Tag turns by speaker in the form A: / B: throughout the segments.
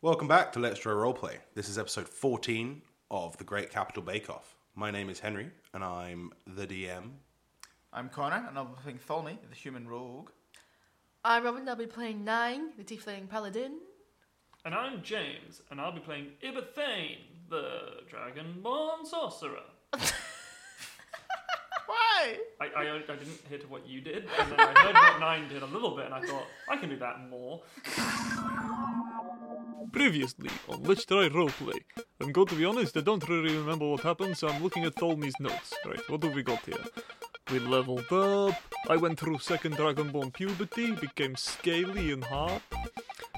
A: Welcome back to Let's Draw Roleplay. This is episode 14 of The Great Capital Bake Off. My name is Henry, and I'm the DM.
B: I'm Connor, and I'll be playing Tholny, the human rogue.
C: I'm Robin, I'll be playing Nine, the Tiefling Paladin.
D: And I'm James, and I'll be playing Ibathane, the Dragonborn Sorcerer.
C: Why?
D: I, I, I didn't hear to what you did, and then I heard what Nine did a little bit, and I thought, I can do that more.
E: Previously on Let's Try Roleplay. I'm going to be honest, I don't really remember what happened, so I'm looking at Tolmi's notes. Right, what do we got here? We leveled up, I went through second Dragonborn puberty, became scaly and hard.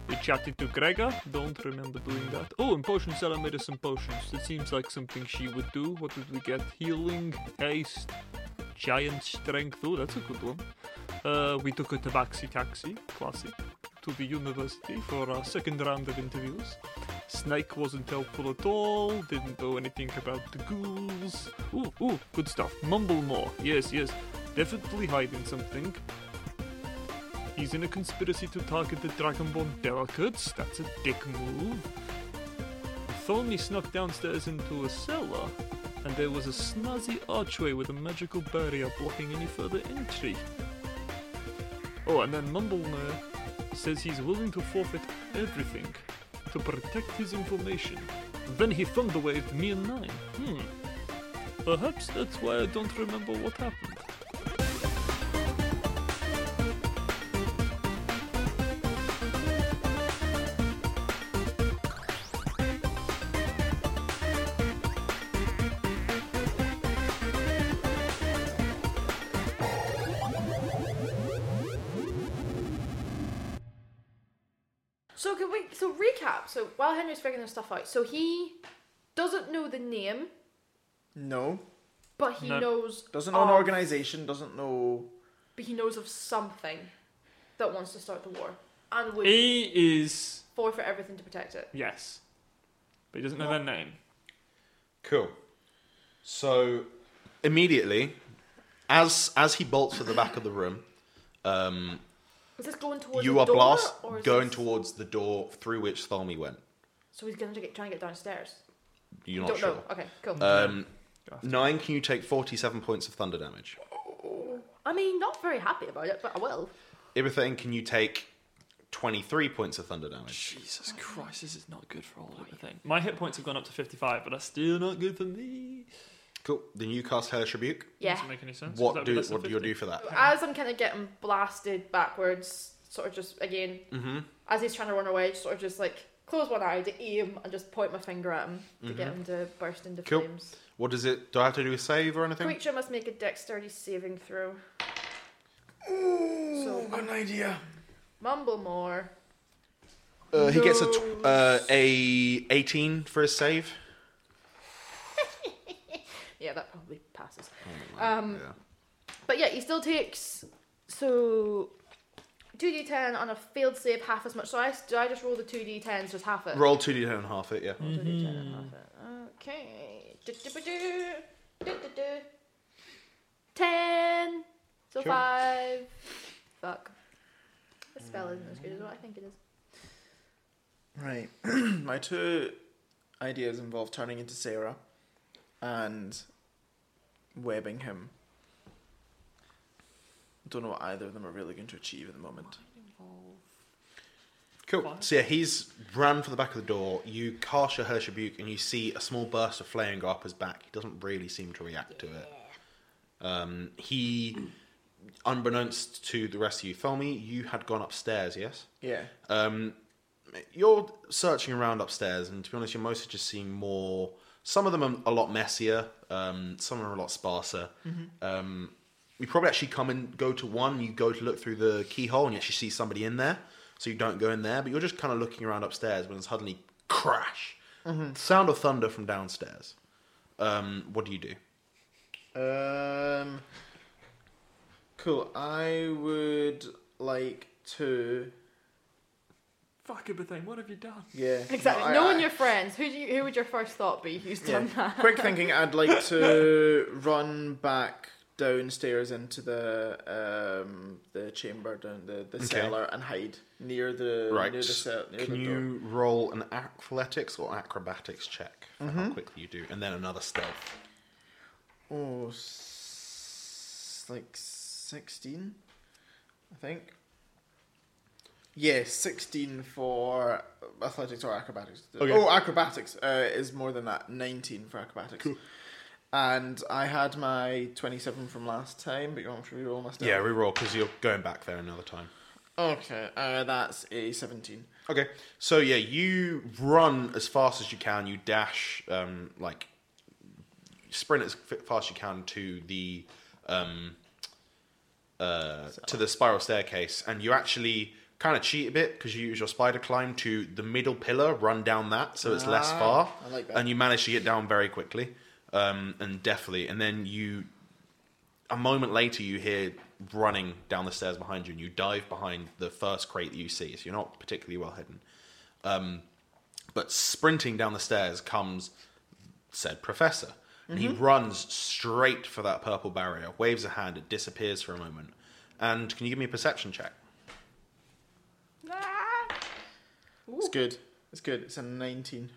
E: We chatted to Grega, don't remember doing that. Oh, and Potion Seller made us some potions. That seems like something she would do. What did we get? Healing, haste, giant strength. Oh, that's a good one. Uh, we took a tabaxi taxi, classic, to the university for our second round of interviews. Snake wasn't helpful at all, didn't know anything about the ghouls. Ooh, ooh, good stuff. Mumble more. Yes, yes. Definitely hiding something. He's in a conspiracy to target the Dragonborn delicates. That's a dick move. Thorny snuck downstairs into a cellar, and there was a snazzy archway with a magical barrier blocking any further entry. Oh, and then Mumblemere says he's willing to forfeit everything to protect his information. Then he thunderwaved me and mine. Hmm. Perhaps that's why I don't remember what happened.
C: So can we? So recap. So while Henry's figuring this stuff out, so he doesn't know the name,
B: No,
C: but he
D: No.
C: knows
B: doesn't know an
C: of-
B: organization. Doesn't know.
C: But he knows of something that wants to start the war and would
B: Eh.
D: He is.
C: forfeit everything to protect it.
D: Yes. But he doesn't know their name.
A: Cool. So, immediately, as as he bolts for the back of the room, um,
C: Is this going towards?
A: you
C: the
A: are
C: door,
A: blast
C: or is
A: going
C: this-
A: towards the door through which Tholme went.
C: So he's going to get trying to get downstairs.
A: You're not
C: Don't
A: sure.
C: know. Okay, cool.
A: Um, nine, can you take 47 points of thunder damage?
C: I mean, not very happy about it, but I will.
A: Ibrahim, can you take 23 points of thunder damage?
D: Jesus Christ, this is not good for all everything. My hit points have gone up to 55, but that's still not good for me.
A: Cool. Then you cast Hellish Rebuke.
C: Yeah.
D: Doesn't make any sense. 'cause that
A: What
D: would
A: do
D: be less than
A: what do you
D: 50.
A: do for that?
C: As I'm kind of getting blasted backwards, sort of just again, as he's trying to run away, just sort of just like close one eye to aim and just point my finger at him to get him to burst into
A: Cool.
C: flames.
A: What does it? Do I have to do a save or anything?
C: Creature must make a dexterity saving throw.
B: Ooh,
C: So-
B: an idea.
C: Mumblemore.
A: Uh, he gets a tw- uh, a eighteen for his save.
C: Yeah, that probably passes. Um, But yeah, he still takes so two d ten on a failed save half as much. So I do I just roll the two d tens just half it.
A: Roll two d ten and half it. Yeah.
C: Roll 2d10
D: Mm-hmm.
C: and half it. Okay. Du-du-du-du. Du-du-du. Ten. So
A: Sure.
C: five. Fuck. The spell isn't as good as what I think it is.
D: Mm-hmm.
B: Right. My two ideas involve turning into Sarah and webbing him. Don't know what either of them are really going to achieve at the moment.
A: Cool. So yeah, he's ran for the back of the door. You cast your Hellish Rebuke, and you see a small burst of flame go up his back. He doesn't really seem to react to it. Um, he, unbeknownst to the rest of you, Thelmy, you had gone upstairs. Yes.
B: Yeah.
A: Um, you're searching around upstairs, and to be honest, you're mostly just seeing more. Some of them are a lot messier. Um, some are a lot sparser. Um, you probably actually come and go to one. You go to look through the keyhole, and you actually see somebody in there. So you don't go in there, but you're just kind of looking around upstairs when suddenly crash, sound of thunder from downstairs. Um, what do you do?
B: Um. Cool. I would like to.
D: Fuck Ibathane, what have you done?
B: Yeah.
C: Exactly.
B: I-
C: Knowing
B: I-
C: your friends, who do you, who would your first thought be who's
B: Yeah.
C: done that?
B: Quick thinking, I'd like to run back downstairs into the um, the chamber down the, the cellar and hide near the
A: Right.
B: near the cell near
A: Can
B: the door.
A: you roll an athletics or acrobatics check for how quickly you do, and then another stealth?
B: Oh, s- like 16, I think. Yeah, 16 for athletics or acrobatics.
A: Okay.
B: Oh, acrobatics uh, is more than that. 19 for acrobatics. And I had my 27 from last time, but you want me to reroll my stuff?
A: Yeah, reroll because you're going back there another time.
B: Okay, uh, that's a 17.
A: Okay, so yeah, you run as fast as you can. You dash, um, like sprint as fi- fast as you can to the um, uh, to the spiral staircase, and you actually kind of cheat a bit because you use your spider climb to the middle pillar, run down that, so it's less
B: Ah,
A: far,
B: I like that.
A: and you manage to get down very quickly um, and deftly, and then you a moment later you hear running down the stairs behind you and you dive behind the first crate that you see so you're not particularly well hidden um, but sprinting down the stairs comes said professor and he runs straight for that purple barrier waves a hand it disappears for a moment and can you give me a perception check
B: It's good. It's good. It's a 19.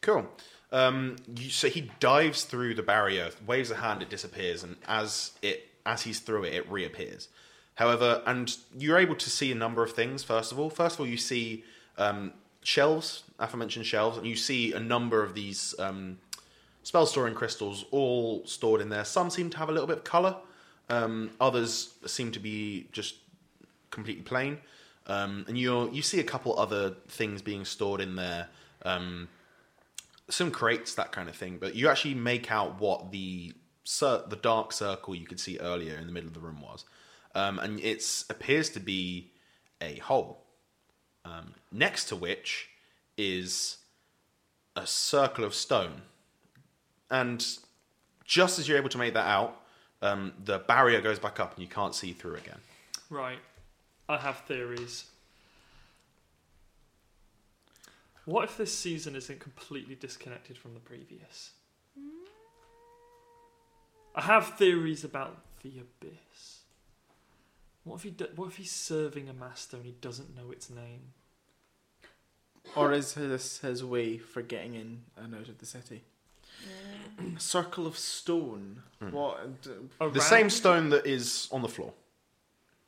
A: Cool. Um, you, so he dives through the barrier, waves a hand, it disappears, and as it as he's through it, it reappears. However, and you're able to see a number of things. First of all, first of all, you see um, shelves, aforementioned shelves, and you see a number of these um, spell storing crystals all stored in there. Some seem to have a little bit of color. Um, others seem to be just completely plain. Um, and you you see a couple other things being stored in there. Um, some crates, that kind of thing. But you actually make out what the cir- the dark circle you could see earlier in the middle of the room was, um, and it appears to be a hole. Um, next to which is a circle of stone, and just as you're able to make that out, um, the barrier goes back up and you can't see through again.
D: Right. I have theories. What if this season isn't completely disconnected from the previous? I have theories about the abyss. What if he do- what if he's serving a master and he doesn't know its name?
B: Or is this his way for getting in and out of the city? A circle of stone.
A: Hmm.
B: What? d-
A: The
D: Around-
A: same stone that is on the floor.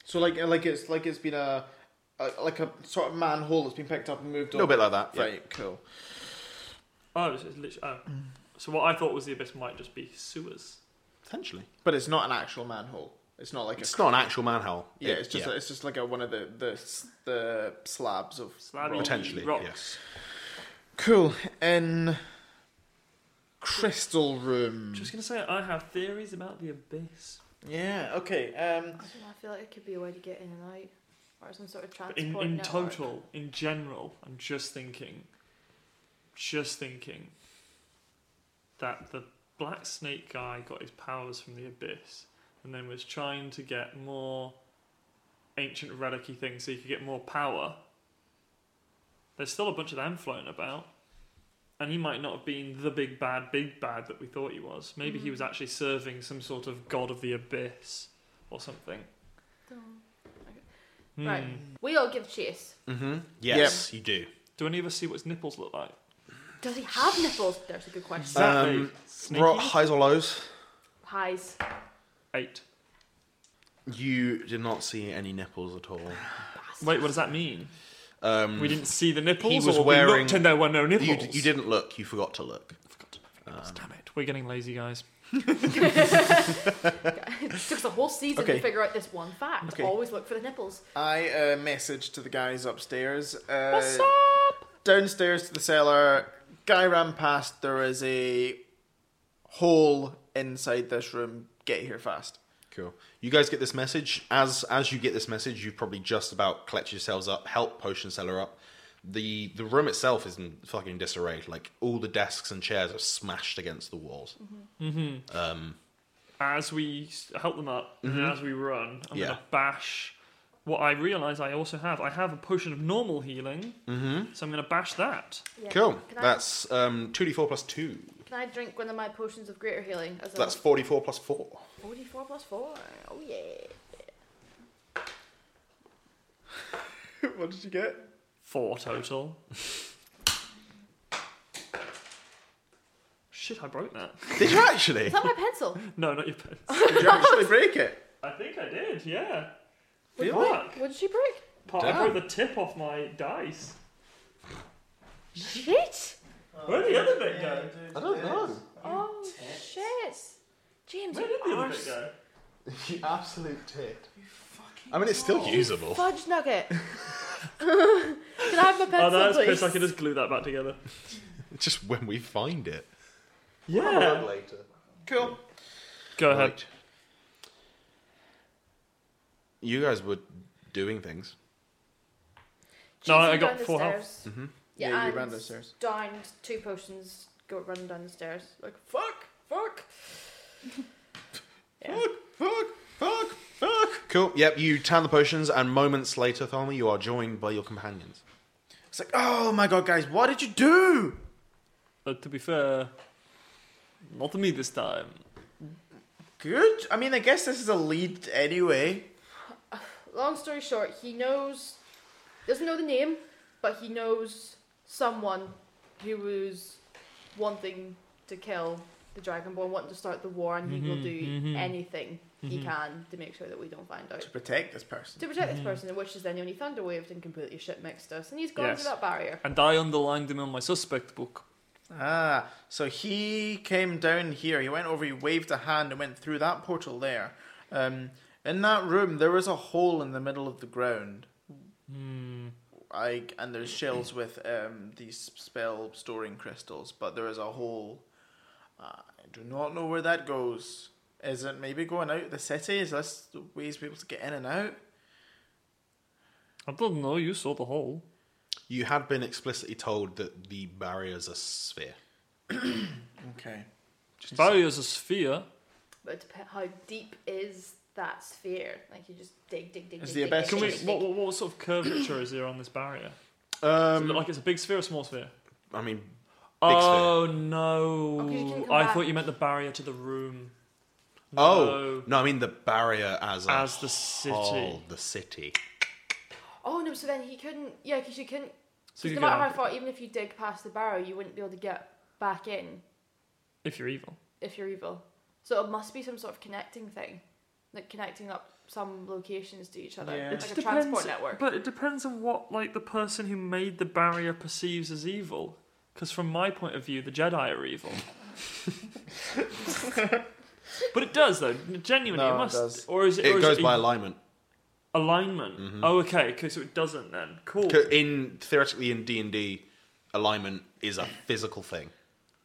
B: So like uh, like it's like it's been a, a like a sort of manhole that's been picked up and moved
A: A little
B: over.
A: bit like that. yeah.
B: Right, cool.
D: Oh, it's it's literally. Oh. So what I thought was the abyss might just be sewers.
A: Potentially.
B: But it's not an actual manhole. It's not like a
A: It's not an actual manhole.
B: yeah.
A: It-
B: It's just it's just like a, one of the the s- the slabs of
D: Slabby
B: rock.
A: Potentially,
D: rocks.
B: Cool. In crystal room.
D: Just gonna say I have theories about the abyss.
B: Yeah. Okay. Um.
C: I don't know, I feel like it could be a way to get in and out. Or some sort of
D: But
C: transport
D: in, in
C: network.
D: total, in general, I'm just thinking, just thinking that the black snake guy got his powers from the abyss and then was trying to get more ancient relicy things so he could get more power. There's still a bunch of them floating about. And he might not have been the big bad, big bad that we thought he was. Maybe he was actually serving some sort of god of the abyss or something.
C: Right.
D: Hmm.
C: We all give chase.
A: Mm-hmm. Yes, you do.
D: Do any of us see what his nipples look like?
C: Does he have nipples? There's a good question.
D: Exactly.
A: Um,
D: Sneaky.
A: Ro- highs or lows?
C: Highs.
D: Eight.
A: You did not see any nipples at all.
D: Wait, what does that mean?
A: Um,
D: We didn't see the nipples.
A: He was
D: or We
A: wearing-
D: looked and there were no nipples. Ah.
A: you, d- you didn't look. You forgot to look.
D: Damn it! We're getting lazy, guys.
C: it took us a whole season
B: Okay.
C: to figure out this one fact.
B: Okay.
C: Always look for the nipples.
B: I uh, message to the guys upstairs. Uh, What's up? Downstairs to the cellar. Guy ran past. There is a hole inside this room. Get here fast.
A: Cool. You guys get this message. As as you get this message, you probably just about collect yourselves up, help Potion Seller up. The the room itself is in fucking disarray. Like all the desks and chairs are smashed against the walls.
D: As we s- help them up, and then as we run, I'm
A: Mm-hmm. Yeah.
D: gonna bash. What I realise I also have, I have a potion of normal healing, mm-hmm. so I'm gonna bash that.
C: Yeah.
A: Cool.
C: Can I,
A: That's um two d four plus two.
C: can Can I drink one of my potions of greater healing? As
A: That's 44 plus 4.
C: a 44 plus 4. Oh, yeah.
B: what did you get?
D: Four total. Shit, I broke that.
A: Did you actually?
C: Is that my pencil?
D: No, not your pen.
B: Did you actually break it?
D: I think I did, yeah.
C: What,
D: Good
C: did-
D: luck.
C: what did she break?
D: Part, I
A: Damn.
D: broke the tip off my dice.
C: Shit!
D: Where'd the other bit go?
A: I don't know.
C: Oh, shit! James,
D: Where
C: you
D: did the
C: are
D: other bit go?
A: You absolute tit. I mean, it's still
C: s-
A: usable.
C: fudge nugget. Can I have my pencil,
D: Oh, that's
C: please?
D: pissed. I can just glue that back together.
A: Just when we find it.
D: Yeah.
A: Later.
B: Cool.
D: Go
C: Uh-huh.
D: ahead.
A: Right. You guys were doing things.
C: James,
D: No, I
C: you
D: got
C: down the
D: four health.
C: stairs.
B: Mm-hmm. Yeah,
C: Yeah,
B: you
C: and
B: ran downstairs.
C: Down two potions, go running down the stairs. Like, fuck, fuck. Yeah.
A: Fuck, fuck, fuck. Cool. Yep, you tan the potions, and moments later, Thalmy, you are joined by your companions.
B: It's like, oh my god, guys, what did you do?
D: Uh,
E: But to be fair, not me this time.
B: Good. I mean, I guess this is a lead anyway.
C: Long story short, he knows, doesn't know the name, but he knows someone who was wanting to kill the Dragonborn, wanting to start the war, and he will do anything he can to make sure that we don't find out.
B: To protect this person.
C: To protect this person, which is then only Thunderwaved and completely shit mixed us, and he's gone
E: Yes.
C: through that barrier.
E: And I underlined him on my suspect book.
B: Ah, so he came down here. He went over, he waved a hand, and went through that portal there. Um, in that room, there was a hole in the middle of the ground.
D: Hmm.
B: I and there's shells with um, these spell storing crystals, but there is a hole. I do not know where that goes. Is it maybe going out the city? Is this the ways people to get in and out?
E: I don't know, you saw the hole.
A: You had been explicitly told that the barrier's a sphere.
B: Okay.
E: Just barriers a sphere.
C: But it dep- how deep is that sphere? Like you just dig, dig, dig.
B: Is
C: dig,
B: the
C: dig,
B: abyss
D: Can
C: dig,
D: we?
C: dig,
D: What,
C: dig.
D: what, what sort of curvature is there on this barrier? Does it
A: Um,
D: look like it's a big sphere or small sphere?
A: I mean, big sphere.
E: oh
C: Oh, 'cause you can
E: no!
C: come
E: I
C: back.
E: thought you meant the barrier to the room.
A: Oh
E: No.
A: no, I mean the barrier as a
E: As the city.
A: whole, the city.
C: Oh no! So then he couldn't. Yeah, because you couldn't.
E: So
C: 'cause no
E: you can
C: matter
E: go
C: how
E: out
C: far, even if you dig past the barrow, you wouldn't be able to get back in
E: if you're evil.
C: if you're evil. So it must be some sort of connecting thing, like connecting up some locations to each other,
B: Yeah.
C: like a transport network.
E: But it depends on what like the person who made the barrier perceives as evil. Because from my point of view, the Jedi are evil. but it does though. Genuinely,
B: No,
E: it
B: it
E: must.
B: does.
E: Or is it? or
A: It
E: is
A: goes
E: it
A: by
E: a-
A: alignment.
E: alignment. Oh, okay. Okay, so it doesn't then. Cool.
A: Co- In theoretically, in D and D, alignment is a physical thing.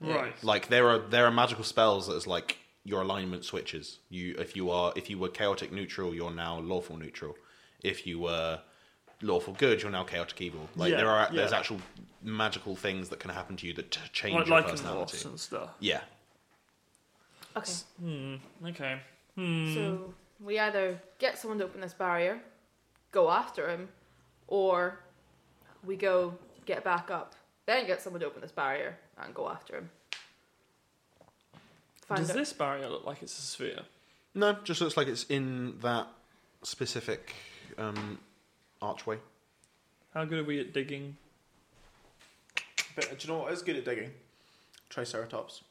D: Right.
A: Like there are there are magical spells that is like your alignment switches. You if you are if you were chaotic neutral, you're now lawful neutral. If you were lawful good, you're now chaotic evil. Like
D: Yeah,
A: there are there's
D: yeah.
A: actual magical things that can happen to you that t- change
E: Like
A: your
E: lichen
A: personality.
E: moths and stuff.
A: Yeah,
C: okay,
E: Hmm. Okay.
C: so we either get someone to open this barrier, go after him, or we go get back up, then get someone to open this barrier and go after him. Find
E: Does
C: out.
E: this barrier look like it's a sphere?
A: no, just looks like it's in that specific um, archway.
E: How good are we at digging?
B: But do you know what is good at digging? Triceratops.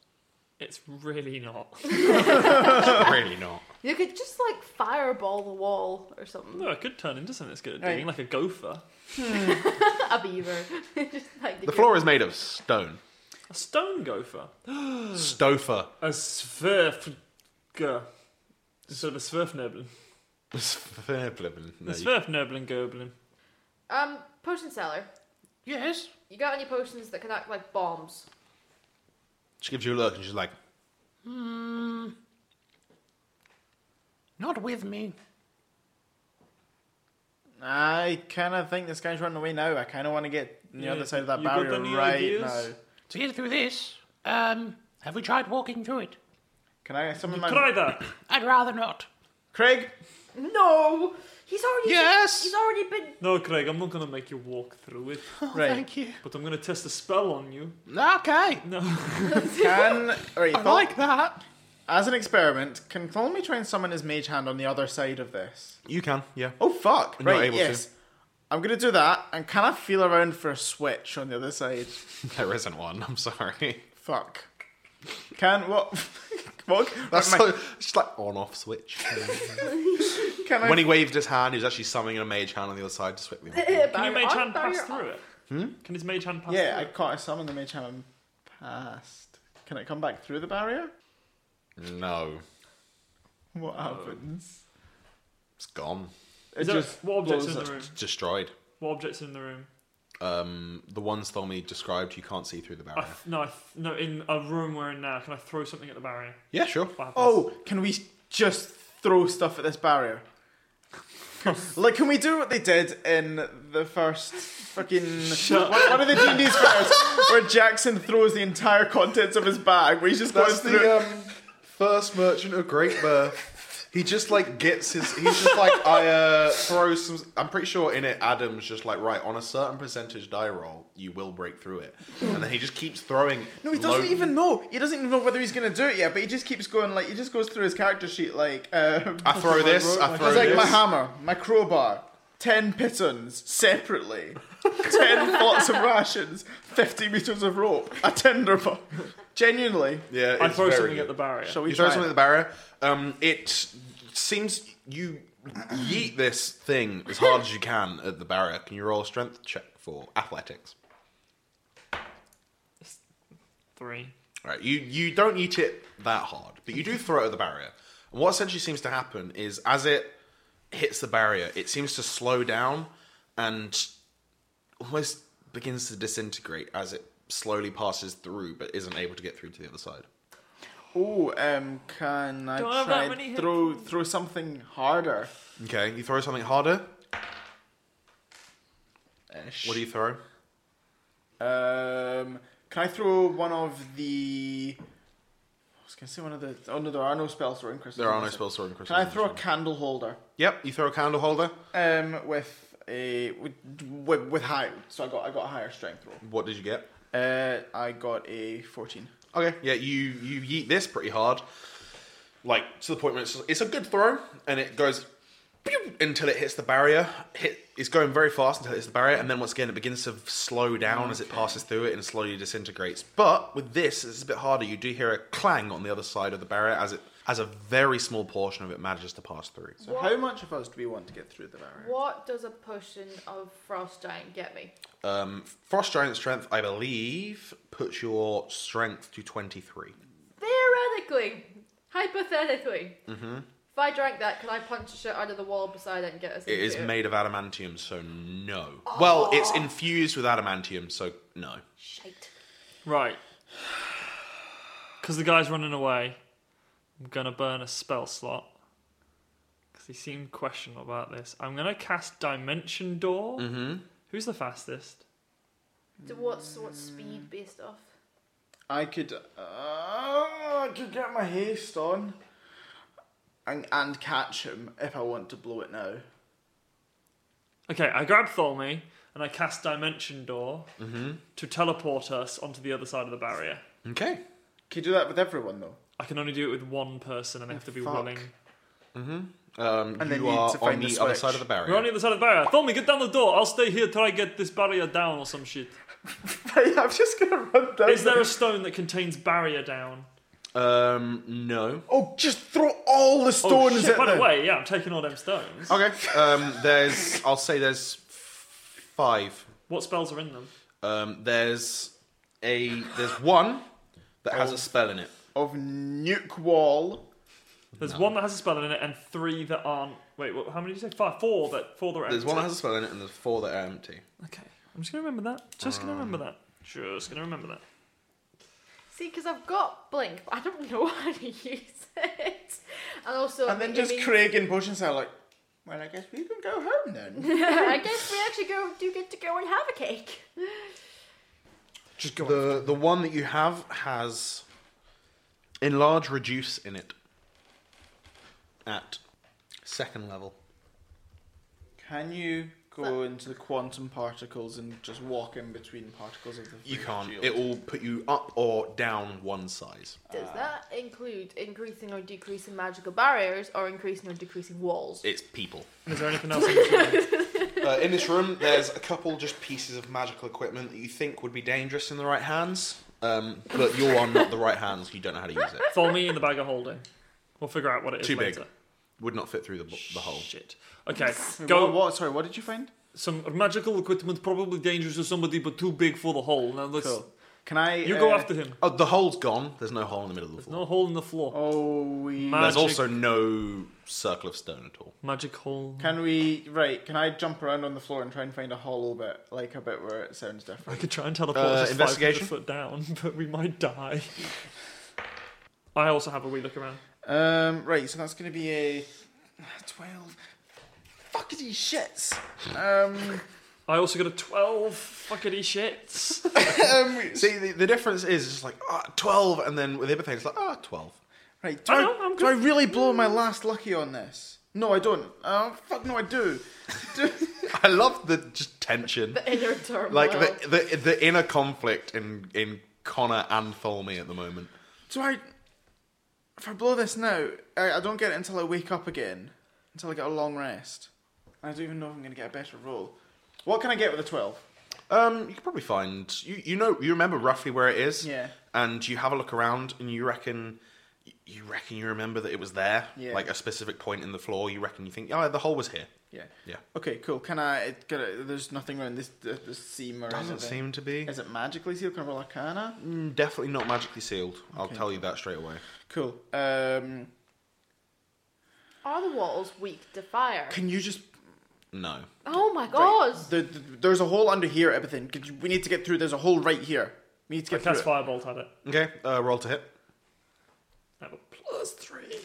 E: It's really not.
A: really not.
C: You could just like fireball the wall or something.
E: No, I could turn into something that's good at
B: Right.
E: digging, like a gopher.
C: a beaver. just like
A: The floor is made of stone.
E: A stone gopher.
A: Stofa.
E: A sverfger. So the sverfneblin. The
A: Sverblin.
E: sverfneblin goblin.
C: Um, potion seller.
B: Yes.
C: You got any potions that can act like bombs?
A: She gives you a look and she's like, hmm. Not with me.
B: I kind of think this guy's running away now. I kind of want to get on the
E: Yeah,
B: other side of that
E: you got
B: barrier
E: any
B: right
E: ideas?
B: now.
F: To get through this, um, have we tried walking through it?
B: Can I summon my
E: Try that.
F: I'd rather not.
B: Craig?
C: No. He's already
F: Yes.
C: He's already been.
D: No, Craig, I'm not going to make you walk through it,
B: right.
F: Thank you.
D: but I'm going to test a spell on you.
F: Okay.
D: No.
B: Can right,
F: I like that.
B: as an experiment, can Clonmy try and summon his mage hand on the other side of this?
A: You can, yeah.
B: Oh fuck!
A: You're not
B: right,
A: able to.
B: yes. I'm gonna do that, and can I feel around for a switch on the other side?
A: There isn't one. I'm sorry.
B: Fuck. Can what? what?
A: That's
B: my-
A: so, it's just like on-off switch.
B: can I?
A: when he waved his hand, he was actually summoning a mage hand on the other side to swip me. off.
D: Can your
C: Barrier
D: mage
C: up,
D: hand pass
C: barrier up.
D: through it?
A: Hmm?
D: Can his mage hand pass
B: yeah, I
D: through it?
B: caught. I summoned the mage hand and passed. Can it come back through the barrier?
A: No,
B: What
A: Oh.
B: happens?
A: it's gone.
B: It
D: Is there-
B: just
D: what objects
B: blows
D: in
B: up.
D: the room?
A: Destroyed.
D: What objects in the room?
A: Um, the ones Tholme described, you can't see through the
D: I
A: barrier.
D: th- no, I th- no, in a room we're in now. Can I throw something at the barrier?
A: Yeah, sure.
D: What happens?
B: Oh, can we just throw stuff at this barrier? like, can we do what they did in the first fucking one, one of the D&D squares where Jackson throws the entire contents of his bag, where he's just going
A: That's
B: through.
A: the um, first merchant of Great Birth. He just like gets his. He's just like I uh, throw some. I'm pretty sure in it, Adam's just like right on a certain percentage die roll, you will break through it, and then he just keeps throwing.
B: no, he doesn't even know. He doesn't even know whether he's gonna do it yet. But he just keeps going. Like he just goes through his character sheet. Like um,
A: I throw this. I
B: It's
A: throw
B: like
A: this.
B: my hammer, my crowbar, 10 pitons separately, 10 pots of rations, 50 meters of rope, a tinderbox. Genuinely.
A: yeah,
D: I
A: it's
D: throw
A: very
D: something
A: good.
D: at the barrier.
B: Shall we
A: You throw
B: try
A: something at
B: it?
A: the barrier. Um, it seems you yeet this thing as hard as you can at the barrier. Can you roll a strength check for athletics?
D: Three.
A: All right, you you don't eat it that hard, but you do throw it at the barrier. And what essentially seems to happen is, as it hits the barrier, it seems to slow down and almost begins to disintegrate as it slowly passes through, but isn't able to get through to the other side.
B: Oh, um, can I
D: Don't have
B: try
D: that
B: and
D: many hit
B: throw, throw something harder?
A: Okay, you throw something harder. What do you throw?
B: Um, can I throw one of the. I was going to say one of the. Oh no, there are no spells throwing crystals.
A: There are no spells sword and
B: Can I throw a candle holder?
A: Yep, you throw a candle holder.
B: Um, with a with, with, with high, so I got I got a higher strength roll.
A: What did you get?
B: Uh, I got a 14.
A: Okay, yeah, you you yeet this pretty hard, like to the point where it's it's a good throw, and it goes pew, until it hits the barrier. Hit, it's going very fast until it hits the barrier, and then once again it begins to slow down as it passes through it and slowly disintegrates. But with this, it's a bit harder. You do hear a clang on the other side of the barrier as it as a very small portion of it manages to pass through.
B: So
C: What?
B: how much of us do we want to get through the barrier?
C: What does a potion of frost giant get me?
A: Um, Frost Giant Strength, I believe, puts your strength to twenty three.
C: Theoretically, hypothetically, if I drank that, could I punch a shit out of the wall beside it and get us?
A: It
C: into
A: is made of adamantium, so no. Well, it's infused with adamantium, so no.
C: Shite.
D: Right. Because the guy's running away, I'm going to burn a spell slot. Because he seemed questionable about this. I'm going to cast Dimension Door. Mm-hmm. Who's the fastest?
C: So what's what's speed based off?
B: I could, uh, I could get my haste on, and and catch him if I want to blow it now.
D: Okay, I grab Tholme and I cast Dimension Door to teleport us onto the other side of the barrier.
A: Okay.
B: Can you do that with everyone though?
D: I can only do it with one person and they have to be
B: Fuck.
D: willing.
A: Um,
B: And then
A: you
B: you need
A: are
B: to find
A: on the,
B: the
A: other
B: switch.
A: side of the barrier.
D: We're on the other side of the barrier. Tholme, get down the door. I'll stay here till I get this barrier down or some shit.
B: Right, I'm just gonna run down.
D: Is there a stone that contains barrier down?
A: um, no.
B: Oh, just throw all the
D: Oh,
B: stones
D: shit.
B: at
D: By the
B: them.
D: way, yeah, I'm taking all them stones.
A: Okay. Um, there's, I'll say there's f- five.
D: What spells are in them?
A: Um, there's a, there's one that has a spell in it.
B: Of nuke wall.
D: There's one that has a spell in it, and three that aren't. Wait, what, how many did you say? Five, four that four that are
A: There's
D: empty.
A: one that has a spell in it, and there's four that are empty.
D: Okay, I'm just gonna remember that. Just
A: Um.
D: gonna remember that. Just gonna remember that.
C: See, because I've got blink, but I don't know how to use it. And also,
B: And then
C: it
B: just
C: means-
B: Craig and Potion sound like, well, I guess we can go home then.
C: I guess we actually go do get to go and have a cake.
D: Just go. on.
A: The the one that you have has enlarge reduce in it at second level.
B: Can you go into the quantum particles and just walk in between particles of the?
A: You
B: free
A: can't.
B: Shield?
A: It will put you up or down one size.
C: Does that include increasing or decreasing magical barriers or increasing or decreasing walls?
A: It's people.
D: Is there anything else in this room?
A: Uh, in this room, there's a couple just pieces of magical equipment that you think would be dangerous in the right hands, um, but you are not the right hands. You don't know how to use it.
D: Throw me in the bag of holding. We'll figure out what it is
A: Too big.
D: later.
A: Would not fit through the, the hole.
D: Shit. Okay,
B: Wait, What,
D: go.
B: what? Sorry, what did you find?
D: Some magical equipment, probably dangerous to somebody, but too big for the hole. Now let's.
B: Cool. Can I?
D: You go
B: uh,
D: after him.
A: Oh, the hole's gone. There's no hole in the middle of the floor.
D: No hole in the floor.
B: Oh, we.
D: Man.
A: There's
D: Magic.
A: also no circle of stone at all.
D: Magic hole.
B: Can we? Right. Can I jump around on the floor and try and find a hollow bit, like a bit where it sounds
D: I
B: different?
D: could try and teleport
A: Uh,
D: just five hundred
A: investigation?
D: foot down, but we might die. I also have a wee look around.
B: Um. Right. So that's gonna be a twelve. Fuck these shits. Um.
D: I also got a 12 fuckity shits.
B: um
A: See, the, the difference is it's just like, ah, 12, and then with everything, it's like, ah, 12.
B: Right, do
D: I
B: I,
D: know, I'm
B: do I really blow my last lucky on this? No, I don't. Oh, fuck no, I do. do.
A: I love the just tension.
C: The inner turmoil.
A: Like, the, the, the inner conflict in, in Connor and Tholme at the moment.
B: Do I. If I blow this now, I, I don't get it until I wake up again. Until I get a long rest. I don't even know if I'm going to get a better roll. What can I get with a 12?
A: Um, you could probably find you. You know, you remember roughly where it is.
B: Yeah.
A: And you have a look around, and you reckon, you reckon you remember that it was there.
B: Yeah.
A: Like a specific point in the floor. You reckon you think, oh, the hole was here.
B: Yeah.
A: Yeah.
B: Okay, cool. Can I. It, can I there's nothing around this, this, this seam or
A: Doesn't
B: anything.
A: seem to be.
B: Is it magically sealed? Can I roll Arcana?
A: Mm, Definitely not magically sealed. I'll
B: Okay.
A: tell you that straight away.
B: Cool. Um,
C: Are the walls weak to fire?
B: can you just
A: No.
C: Oh my god!
B: Right. There, there- there's a hole under here, everything. Could you- We need to get through. There's a hole right here. We need to
D: I
B: get
D: cast
B: through. it.
D: firebolt at it.
A: Okay. Uh, roll to hit.
D: I have a plus three.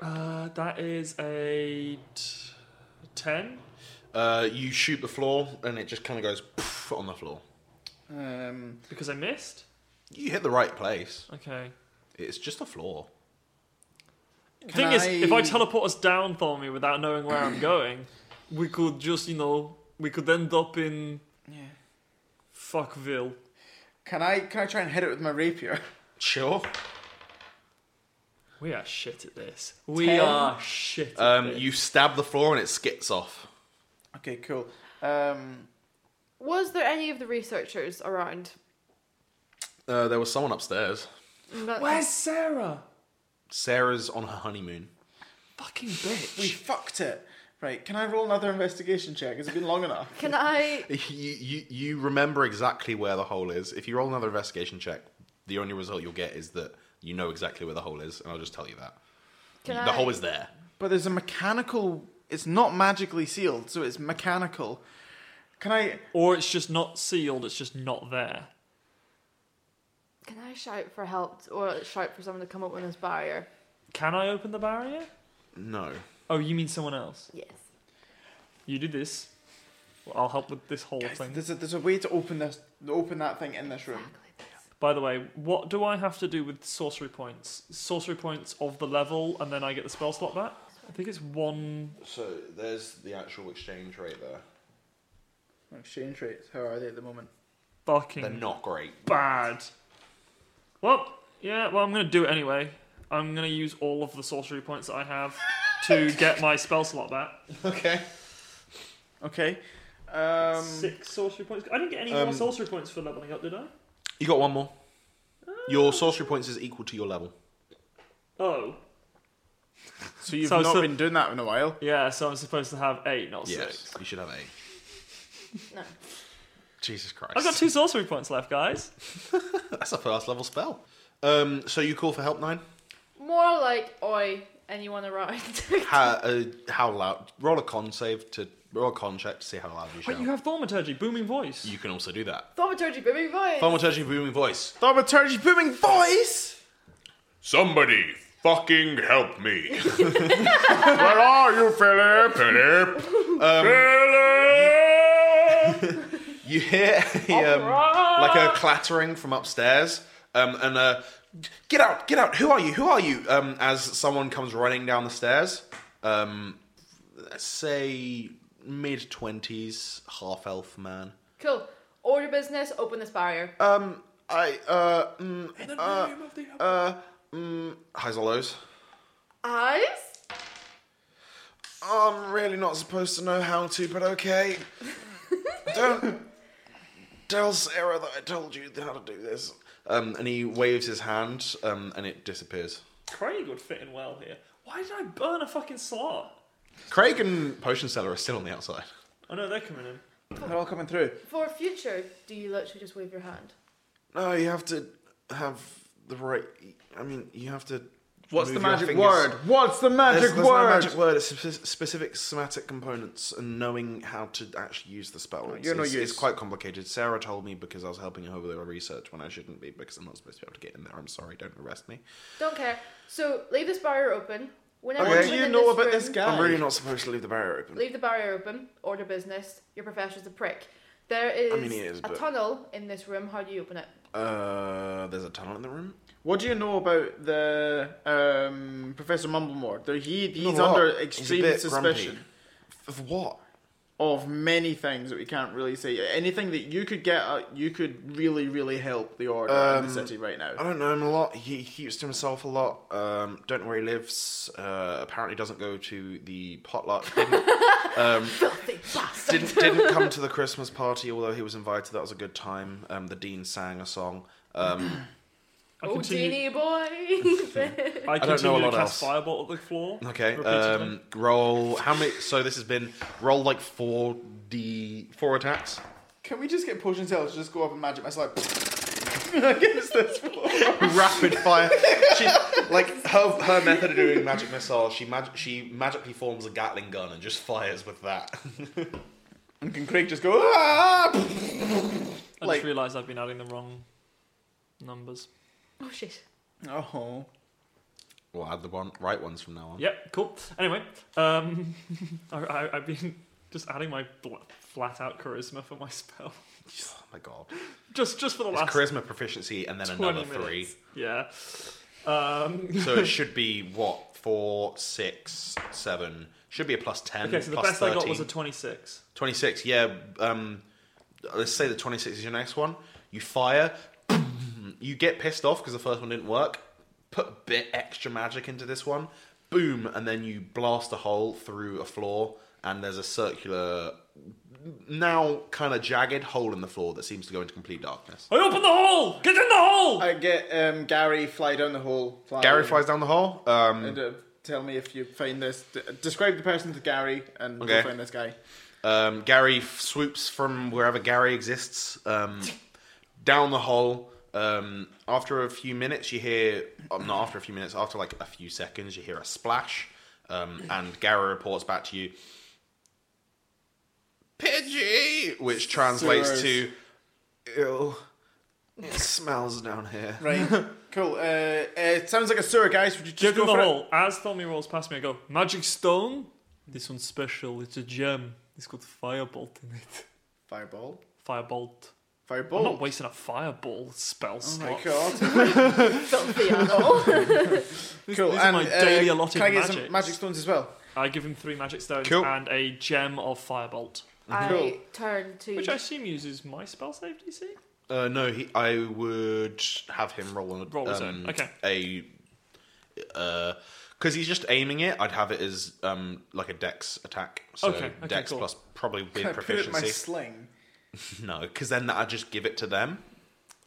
D: Uh, that is a t- ten.
A: Uh, you shoot the floor, and it just kind of goes poof on the floor.
B: Um,
D: Because I missed?
A: You hit the right place.
D: Okay.
A: It's just a floor.
D: Thing
B: Can
D: is, if I
B: I-
D: teleport us down, Thormy, without knowing where I'm going, we could just, you know, we could end up in
B: yeah.
D: Fuckville.
B: Can I can I try and hit it with my rapier?
A: Sure.
D: We are shit at this. We
B: Ten.
D: are shit at
A: Um,
D: this.
A: you stab the floor, and it skits off.
B: Okay, cool. Um,
C: Was there any of the researchers around?
A: Uh, there was someone upstairs.
C: That-
D: Where's Sarah?
A: Sarah's on her honeymoon.
D: Fucking
B: we
D: bitch.
B: fucked it. Right. Can I roll another investigation check? Has it been long enough?
C: Can I?
A: You, you, you remember exactly where the hole is. If you roll another investigation check, the only result you'll get is that you know exactly where the hole is, and I'll just tell you that.
C: Can
A: the
C: I-
A: hole is there.
B: But there's a mechanical. It's not magically sealed, so it's mechanical. Can I?
D: Or it's just not sealed, it's just not there.
C: Can I shout for help or shout for someone to come open this barrier?
D: Can I open the barrier?
A: No.
D: Oh, you mean someone else?
C: Yes.
D: You do this. Well, I'll help with this whole thing.
B: There's a there's a way to open this open that thing in this room.
D: By the way, what do I have to do with sorcery points? Sorcery points of the level, and then I get the spell slot back? I think it's one.
A: So there's the actual exchange rate there.
B: Exchange rates. How are they at the moment?
D: Fucking.
A: They're not great.
D: bad. Well, yeah, well, I'm going to do it anyway. I'm going to use all of the sorcery points that I have to get my spell slot back.
A: Okay.
B: Okay. Um,
D: Six sorcery points. I didn't get any more
A: Um,
D: sorcery points for leveling up, did I?
A: You got one more. Your sorcery points is equal to your level.
D: Oh.
B: so you've
D: So-
B: not
D: so-
B: been doing that in a while.
D: Yeah, so I'm supposed to have eight, not six.
A: You should have eight.
C: No.
A: Jesus Christ.
D: I've got two sorcery points left, guys.
A: That's a first level spell. Um, so you call for help nine?
C: More like oi, anyone around?
A: How, uh, how loud? Roll a con save to roll a con check to see how loud you shout.
D: Wait, you have thaumaturgy, booming voice.
A: You can also do that.
C: Thaumaturgy, booming voice.
A: Thaumaturgy booming voice.
B: Thaumaturgy booming voice.
G: Somebody fucking help me. Where are you, Philip? Philip?
A: Um,
G: Philip!
D: Ah!
A: You hear a, um, like a clattering from upstairs, Um, and uh, get out, get out. Who are you? Who are you? Um, as someone comes running down the stairs, um, let's say mid twenties, half elf man.
C: Cool. Order business, open this barrier.
A: Um, I uh, mm, uh, uh, mm, highs or lows.
C: Eyes?
A: I'm really not supposed to know how to, but okay. Don't tell Sarah that I told you how to do this. Um, and he waves his hand, um, and it disappears.
D: Craig would fit in well here. Why did I burn a fucking slot?
A: Craig and Potion Seller are still on the outside.
D: Oh no, they're coming in.
B: They're all coming through.
C: For future, do you literally just wave your hand?
A: No, you have to have the right. I mean, you have to.
B: What's
A: move
B: the
A: your
B: magic
A: fingers.
B: word? What's the magic
A: there's, there's
B: word?
A: no magic word. It's spe- specific somatic components and knowing how to actually use the spell. It's,
B: Oh, you're no
A: it's,
B: use.
A: it's quite complicated. Sarah told me because I was helping her with her research when I shouldn't be because I'm not supposed to be able to get in there. I'm sorry. Don't arrest me.
C: Don't care. So leave this barrier open. Whenever
A: Okay. What do
C: you're
B: you
C: in
B: know about
C: room,
B: this guy?
A: I'm really not supposed to leave the barrier open.
C: Leave the barrier open. Order business. Your professor's a prick. There is,
A: mean, he is,
C: a
A: but-
C: tunnel in this room. How do you open it?
A: Uh, there's a tunnel in the room.
B: What do you know about the um, Professor Mumblemore? There, he, he's
A: Not a lot.
B: under
A: He's a
B: extreme
A: bit
B: suspicion
A: grumpy. Of what?
B: of many things that we can't really say. Anything that you could get, uh, you could really, really help the Order in the
A: Um,
B: city right now.
A: I don't know him a lot. He keeps to himself a lot. Um, don't know where he lives. Uh, apparently doesn't go to the potluck. Didn't,
C: Filthy bastard.
A: didn't didn't come to the Christmas party, although he was invited. That was a good time. Um, the dean sang a song. Um,
D: I
C: Oh,
D: continue,
C: teeny boy.
D: I
A: don't
D: continue
A: know a lot
D: to cast
A: else.
D: fireball at the floor.
A: okay.
D: repeatedly.
A: Um, roll how many? So this has been roll like four d four attacks.
B: Can we just get potion tellers to just go up and magic myself against this floor?
A: rapid fire. She, like her her method of doing magic missile, she mag- she magically forms a Gatling gun and just fires with that.
B: And can Craig just go? Ah!
D: I
B: like-
D: just realised I've been adding the wrong numbers.
C: oh shit.
B: Oh,
A: we'll add the one right ones from now on.
D: Yep, cool. Anyway, um, I, I, I've been just adding my bl- flat out charisma for my spell.
A: Oh my god.
D: Just just for the
A: It's
D: last
A: charisma proficiency and then
D: 20
A: another three.
D: minutes. Yeah. Um,
A: So it should be what four, six, seven. Should be a plus ten.
D: okay, so the
A: plus
D: best
A: 13.
D: I got was a 26.
A: twenty six. Yeah. Um, let's say the twenty six is your next one. You fire. You get pissed off because the first one didn't work. Put a bit extra magic into this one. Boom, and then you blast a hole through a floor, and there's a circular, now kind of jagged hole in the floor that seems to go into complete darkness.
D: I open the hole! Get in the hole!
B: I get um, Gary fly down the hole. Fly
A: Gary flies down the hole. Um,
B: And uh, tell me if you find this. D- describe the person to Gary, and we'll
A: Okay.
B: find this guy.
A: Um, Gary f- swoops from wherever Gary exists um, down the hole. Um, after a few minutes, you hear um, not after a few minutes, after like a few seconds, you hear a splash, um, and Gary reports back to you, "Pidgey," which translates to "ill." It smells down here.
B: Right. cool. Uh, uh, it sounds like a sewer, guys. Would you just
D: Get
B: go
D: in the
B: for it?
D: hole. As Tommy rolls past me, I go, Magic Stone? This one's special. It's a gem. It's got Firebolt in it.
B: Fireball.
D: Firebolt. I'm
B: Fireball.
D: not wasting a Fireball spell
B: Oh
D: slot.
B: my god.
C: Filthy asshole.
B: cool.
D: These
B: and,
D: are my daily
B: uh,
D: allotted
B: Can I get
D: magics.
B: some magic stones as well?
D: I give him three magic stones
A: Cool.
D: and a gem of Firebolt.
C: I
B: Cool.
C: turn to.
D: Which I assume uses my spell save DC?
A: Uh, no, he, I would have him roll, a-
D: Roll his
A: um,
D: own, okay.
A: a because he's just aiming it. I'd have it as um, like a dex attack. So
D: Okay, okay,
A: dex
D: cool.
A: plus probably with
B: Can I put it in my
A: proficiency.
B: sling?
A: No, because then I'd just give it to them,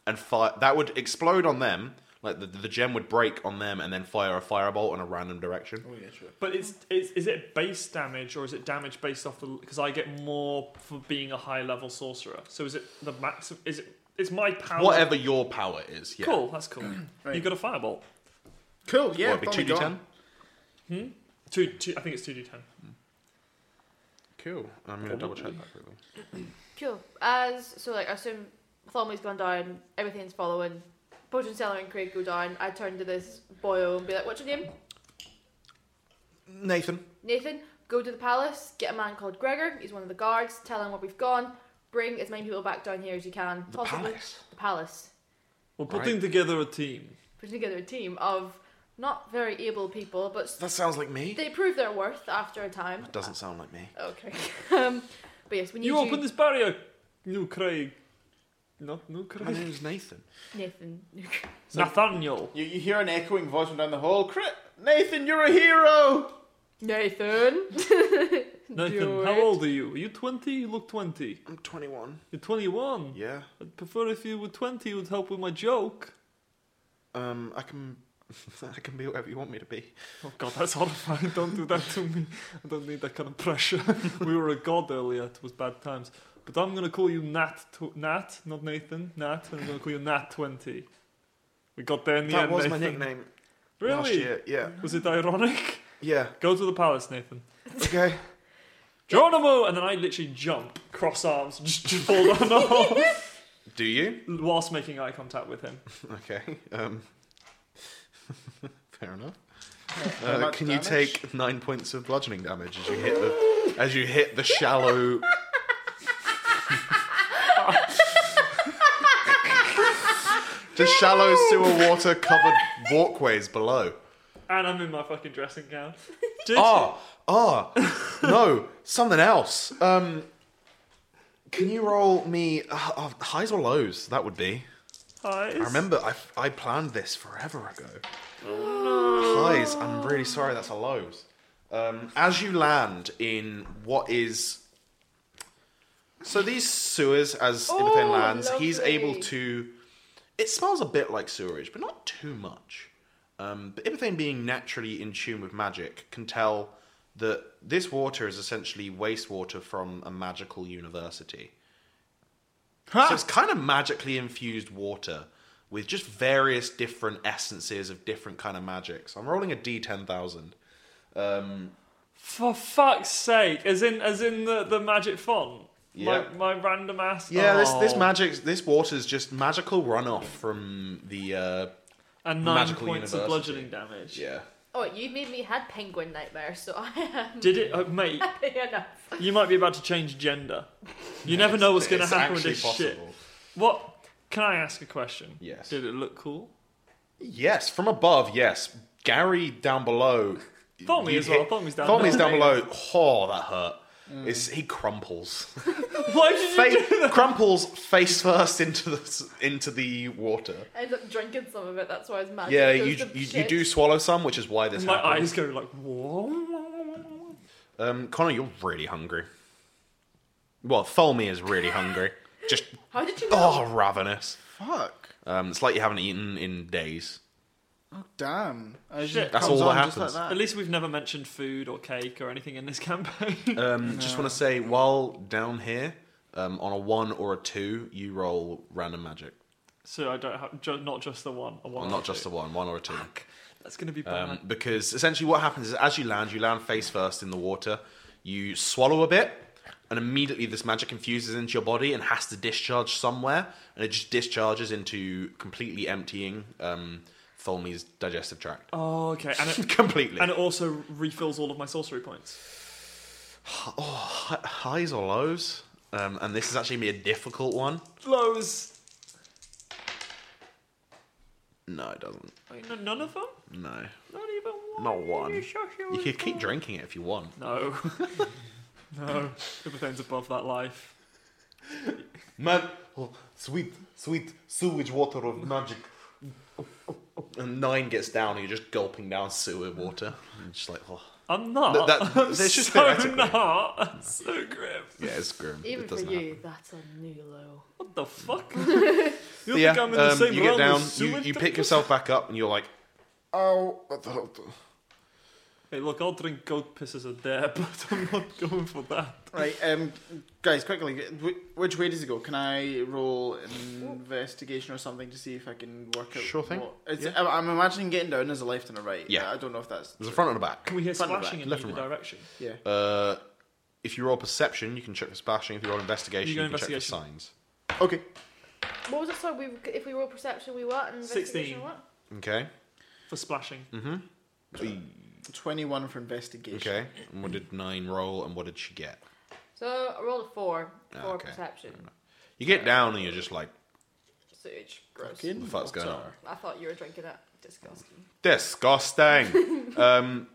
A: and fire. That would explode on them. Like the, the gem would break on them, and then fire a firebolt in a random direction.
B: Oh yeah, sure.
D: But it's, it's is it base damage or is it damage based off the? Because I get more for being a high level sorcerer. So is it the max? Is it? It's my power.
A: Whatever your power is, yeah.
D: Cool. That's cool.
B: Right.
D: You got a firebolt.
B: Cool. Yeah.
A: What,
B: I've
A: two
B: probably
A: d
B: got-
A: ten.
D: Two, two. I think it's two d ten.
A: Cool. I'm gonna double check that quickly.
C: Cool. As so, like I assume Tholmy's gone down. Everything's following. Potion Seller and Craig go down. I turn to this boyo and be like, "What's your name?
A: Nathan,
C: Nathan? Go to the palace. Get a man called Gregor. He's one of the guards. Tell him where we've gone. Bring as many people back down here as you can.
A: the palace.
C: The palace.
D: We're putting together a team.
C: putting together a team of not very able people, but s-
A: That sounds like me.
C: they prove their worth after a time.
A: Doesn't sound like me.
C: Okay. um, but yes, we need you.
D: You open this barrier, New Craig. Not New
A: My
D: Craig.
A: name's Nathan.
C: Nathan.
D: Nathaniel.
B: You, you hear an echoing voice from down the hall. Crit, Nathan, you're a hero.
C: Nathan.
D: Nathan,
C: Do
D: how
C: it.
D: old are you? Are you 20? You look 20.
A: I'm 21.
D: You're 21.
A: Yeah.
D: I'd prefer if you were 20, it would help with my joke.
A: Um, I can, I can be whatever you want me to be.
D: Oh god, that's horrifying. Don't do that to me. I don't need that kind of pressure. we were a god earlier. It was bad times. But I'm going to call you Nat. Tw- Nat, not Nathan. Nat. And I'm going to call you Nat20. We got there in the
A: that
D: end,
A: was
D: Nathan.
A: my nickname
D: Really?
A: last year. Yeah.
D: Was it ironic?
A: Yeah.
D: Go to the palace, Nathan.
A: Okay.
D: Geronimo! And then I literally jump, cross arms, just fall down the hall
A: Do you?
D: whilst making eye contact with him.
A: Okay. Um. fair enough.
B: How
A: Uh,
B: much
A: can
B: damage?
A: you take nine points of bludgeoning damage as you hit the as you hit the shallow? the shallow sewer water covered walkways below.
D: And I'm in my fucking dressing gown. Did
A: Ah, ah, no, something else. Um, can you roll me uh, uh, highs or lows? That would be.
D: Highs.
A: I remember I, I planned this forever ago. Highs, I'm really sorry, that's a lows. Um, as you land in what is. So these sewers, as oh,
C: Oh,
A: lands, he's able
C: lovely.
A: to. It smells a bit like sewerage, but not too much. Um, but Ibethane, being naturally in tune with magic, can tell that this water is essentially wastewater from a magical university. So it's kind of magically infused water with just various different essences of different kind of magic. So I'm rolling a D10,000.
D: For fuck's sake, as in as in the, the magic font.
A: Yeah.
D: My, my random ass.
A: Yeah,
D: Oh.
A: this this magic, this water is just magical runoff from the uh,
D: and nine
A: magical
D: points
A: university.
D: of bludgeoning damage.
A: yeah.
C: oh, you made me had penguin nightmares, so I am
D: Did it, oh, mate?
C: happy enough.
D: You might be about to change gender. You never know what's going to
A: It's
D: happen with
A: actually
D: this shit. What? Can I ask a question?
A: Yes.
D: Did it look cool?
A: Yes, from above. Yes, Gary down below.
D: Thought me
A: you
D: as well.
A: hit-
D: Thought me's down. Mm.
A: Thought me's
D: there.
A: down below. Oh, that hurt. It's, he crumples.
D: Why did you
A: Face, crumples face first into the s- into the water.
C: I ended up drinking some of it. That's why I was mad.
A: Yeah, you, you, you do swallow some, which is why this
D: do? My
A: happened.
D: eyes go like whoa.
A: Um, Connor, you're really hungry. Well, Tholme is really hungry. Just
C: How did you know?
A: oh, ravenous.
B: Fuck.
A: Um, it's like you haven't eaten in days.
B: Damn. As
D: Shit.
B: it
A: That's
B: comes
A: all that
B: on just
A: happens.
B: like
D: At least we've never mentioned food or cake or anything in this campaign.
A: Um, Just want to say, while down here, um, on a one or a two, you roll random magic.
D: so I don't have ju- not just the one. A one
A: Well,
D: or
A: not
D: two.
A: just a one, one or a two.
D: That's gonna be bad.
A: Um, because essentially, what happens is as you land, you land face first in the water. You swallow a bit, and immediately this magic infuses into your body and has to discharge somewhere, and it just discharges into completely emptying um, Tholme's digestive tract.
D: oh, okay. And it,
A: completely.
D: and it also refills all of my sorcery points.
A: Hi- highs or lows? Um, and this is actually gonna be a difficult one.
D: Lows.
A: No, it doesn't.
D: Wait, no, none of them.
A: No,
D: Not even one.
A: not one.
D: Sure, sure.
A: You can keep drinking it if you want.
D: No. no. Everything's above that life.
A: Man, oh, sweet, sweet sewage water of magic. And nine gets down, and you're just gulping down sewer water. And just like, oh,
D: I'm not.
A: Th- that-
D: I'm
A: that's just
D: so
A: theoretically.
D: not. That's so grim.
A: yeah, it's grim.
C: Even
A: it
C: for
A: doesn't
C: you,
A: happen.
C: that's a new low.
D: What the fuck? you
A: But
D: think
A: yeah,
D: I'm in the
A: um,
D: same
A: you get
D: realm
A: down,
D: as
A: you,
D: sewage
A: you pick
D: dumpsters?
A: yourself back up, and you're like, oh, what the hell?
D: Hey, look, I'll drink goat piss as a dare, but I'm not going for that.
B: that. Right, um, guys, quickly, wh- which way does it go? Can I roll investigation or something to see if I can work out?
A: Sure thing.
B: What, it's, I'm- I'm imagining getting down as a left and a right.
A: Yeah.
B: I don't know if that's.
A: There's a front and a back.
D: Can we hear
B: Front and
D: splashing
B: back,
D: in
A: left
D: either
A: and right.
D: direction?
B: Yeah.
A: Uh, if you roll perception, you can check for splashing. If you roll investigation,
D: You go
A: you, can check for
D: investigation.
A: signs.
B: Okay.
C: What was it? So we, if we roll perception, we what? And
D: 16.
C: investigation, What?
A: Okay.
D: For splashing.
B: 21 for investigation.
A: Okay. And what did nine roll, and what did she get?
C: So I rolled a four
A: Ah,
C: for
A: okay.
C: perception.
A: You get down, and you're just like,
C: sewage. Gross.
A: What the fuck's going on?
C: I thought you were drinking it. Disgusting.
A: Disgusting. um,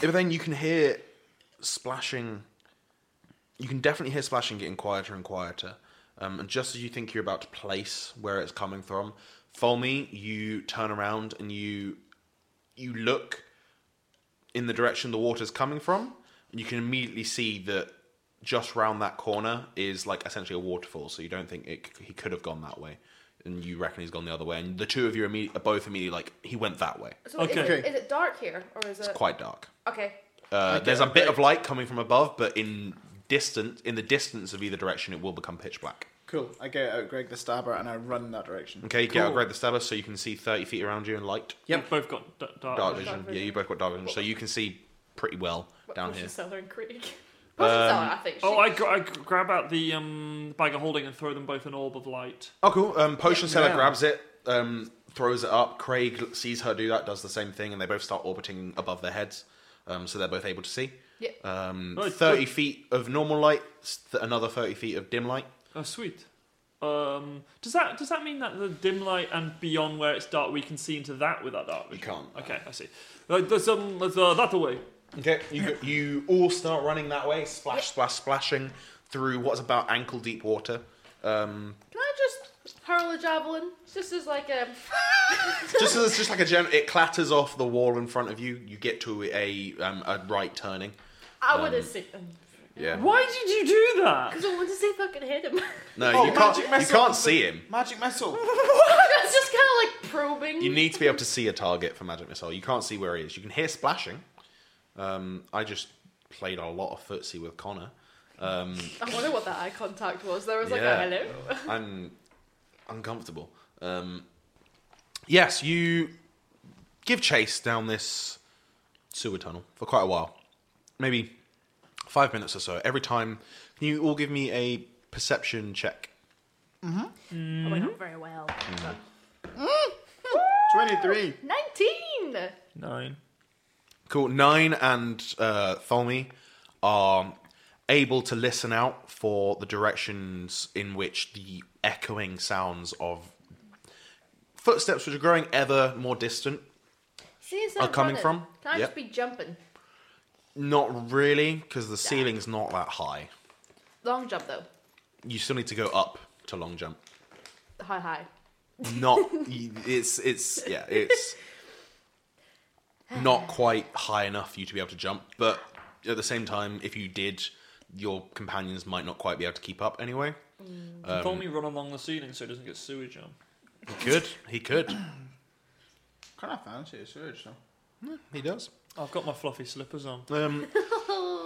A: but then you can hear splashing. You can definitely hear splashing getting quieter and quieter. Um, and just as you think you're about to place where it's coming from, Folmy, you turn around and you you look in the direction the water's coming from, and you can immediately see that just round that corner is like essentially a waterfall. So you don't think it, he could have gone that way, and you reckon he's gone the other way. And the two of you are, imme- are both immediately like he went that way.
C: So
D: Okay.
C: is, it, is it dark here or is it?
A: Quite dark.
C: Okay.
A: Uh, there's a bit of light coming from above, but in distance, in the distance of either direction, it will become pitch black.
B: Cool. I get out Greg the Stabber and I run in that direction.
A: Okay, get out
D: Cool.
A: grab the stabber so you can see 30 feet around you in light.
D: We've both got d- Oh, dark.
A: Dark
C: vision.
A: vision. Yeah, you both got dark vision, so you can see pretty well
C: What
A: down
C: potion
A: here. Um,
C: seller and Craig? Potion seller, I think.
D: Oh,
C: She-
D: I, gra- I gr- grab out the um, bag of holding and throw them both an orb of light.
A: Oh, cool. Um, Potion Seller
B: Yeah.
A: grabs it, um, throws it up. Craig sees her do that, does the same thing, and they both start orbiting above their heads. Um, so they're both able to see.
C: Yeah.
A: Um,
D: Nice.
A: 30 feet of normal light, s- th- another 30 feet of dim light.
D: Oh, sweet. Um, does that does that mean that the dim light and beyond where it's dark, we can see into that with our dark vision?
A: can't.
D: Okay, I see. Uh, there's um, there's uh, that away.
A: Okay, you, go- you all start running that way, splash, splash, splashing through what's about ankle deep water. Um,
C: Can I just hurl a javelin? Just as like um, a.
A: just as just like a gem, it clatters off the wall in front of you. You get to a um, a right turning.
C: I
A: Um,
C: would have seen.
A: Yeah.
D: Why did you do that?
C: Because I wanted to see if I could hit him.
A: No,
B: Oh,
A: you can't.
B: magic
A: You
B: missile.
A: can't see him.
B: Magic missile.
C: I was just kind of like probing.
A: You need to be able to see a target for magic missile. You can't see where he is. You can hear splashing. Um, I just played a lot of footsie with Connor. Um,
C: I wonder what that eye contact was. There was like
A: Yeah.
C: a hello.
A: I'm uncomfortable. Um, yes, you give chase down this sewer tunnel for quite a while, maybe five minutes or so. Every time, can you all give me a perception check?
C: I went up very well.
A: Mm.
C: Mm.
B: 23.
C: 19!
D: Nine.
A: Cool. Nine and uh, Tholme are able to listen out for the directions in which the echoing sounds of footsteps, which are growing ever more distant.
C: See, it's not
A: Are Oh, coming
C: running.
A: from?
C: Can I
A: Yep.
C: just be jumping?
A: Not really, because the ceiling's not that high.
C: Long jump though.
A: You still need to go up to long jump.
C: Hi, hi.
A: Not. it's it's yeah. It's not quite high enough for you to be able to jump, but at the same time, if you did, your companions might not quite be able to keep up anyway.
D: Um, Told me run along the ceiling so it doesn't get sewage on.
A: He could. He could.
B: Kind of fancy a surge, though.
A: he does.
D: I've got my fluffy slippers on.
A: Um,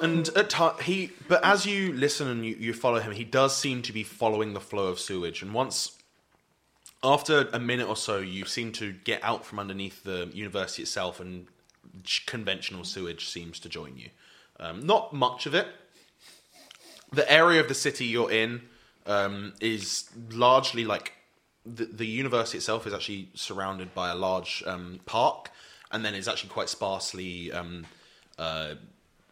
A: and at ti he, but as you listen and you, you follow him, he does seem to be following the flow of sewage. And once, after a minute or so, you seem to get out from underneath the university itself, and ch- conventional sewage seems to join you. Um, not much of it. The area of the city you're in um, is largely like the, the university itself is actually surrounded by a large um, park, and then is actually quite sparsely um, uh,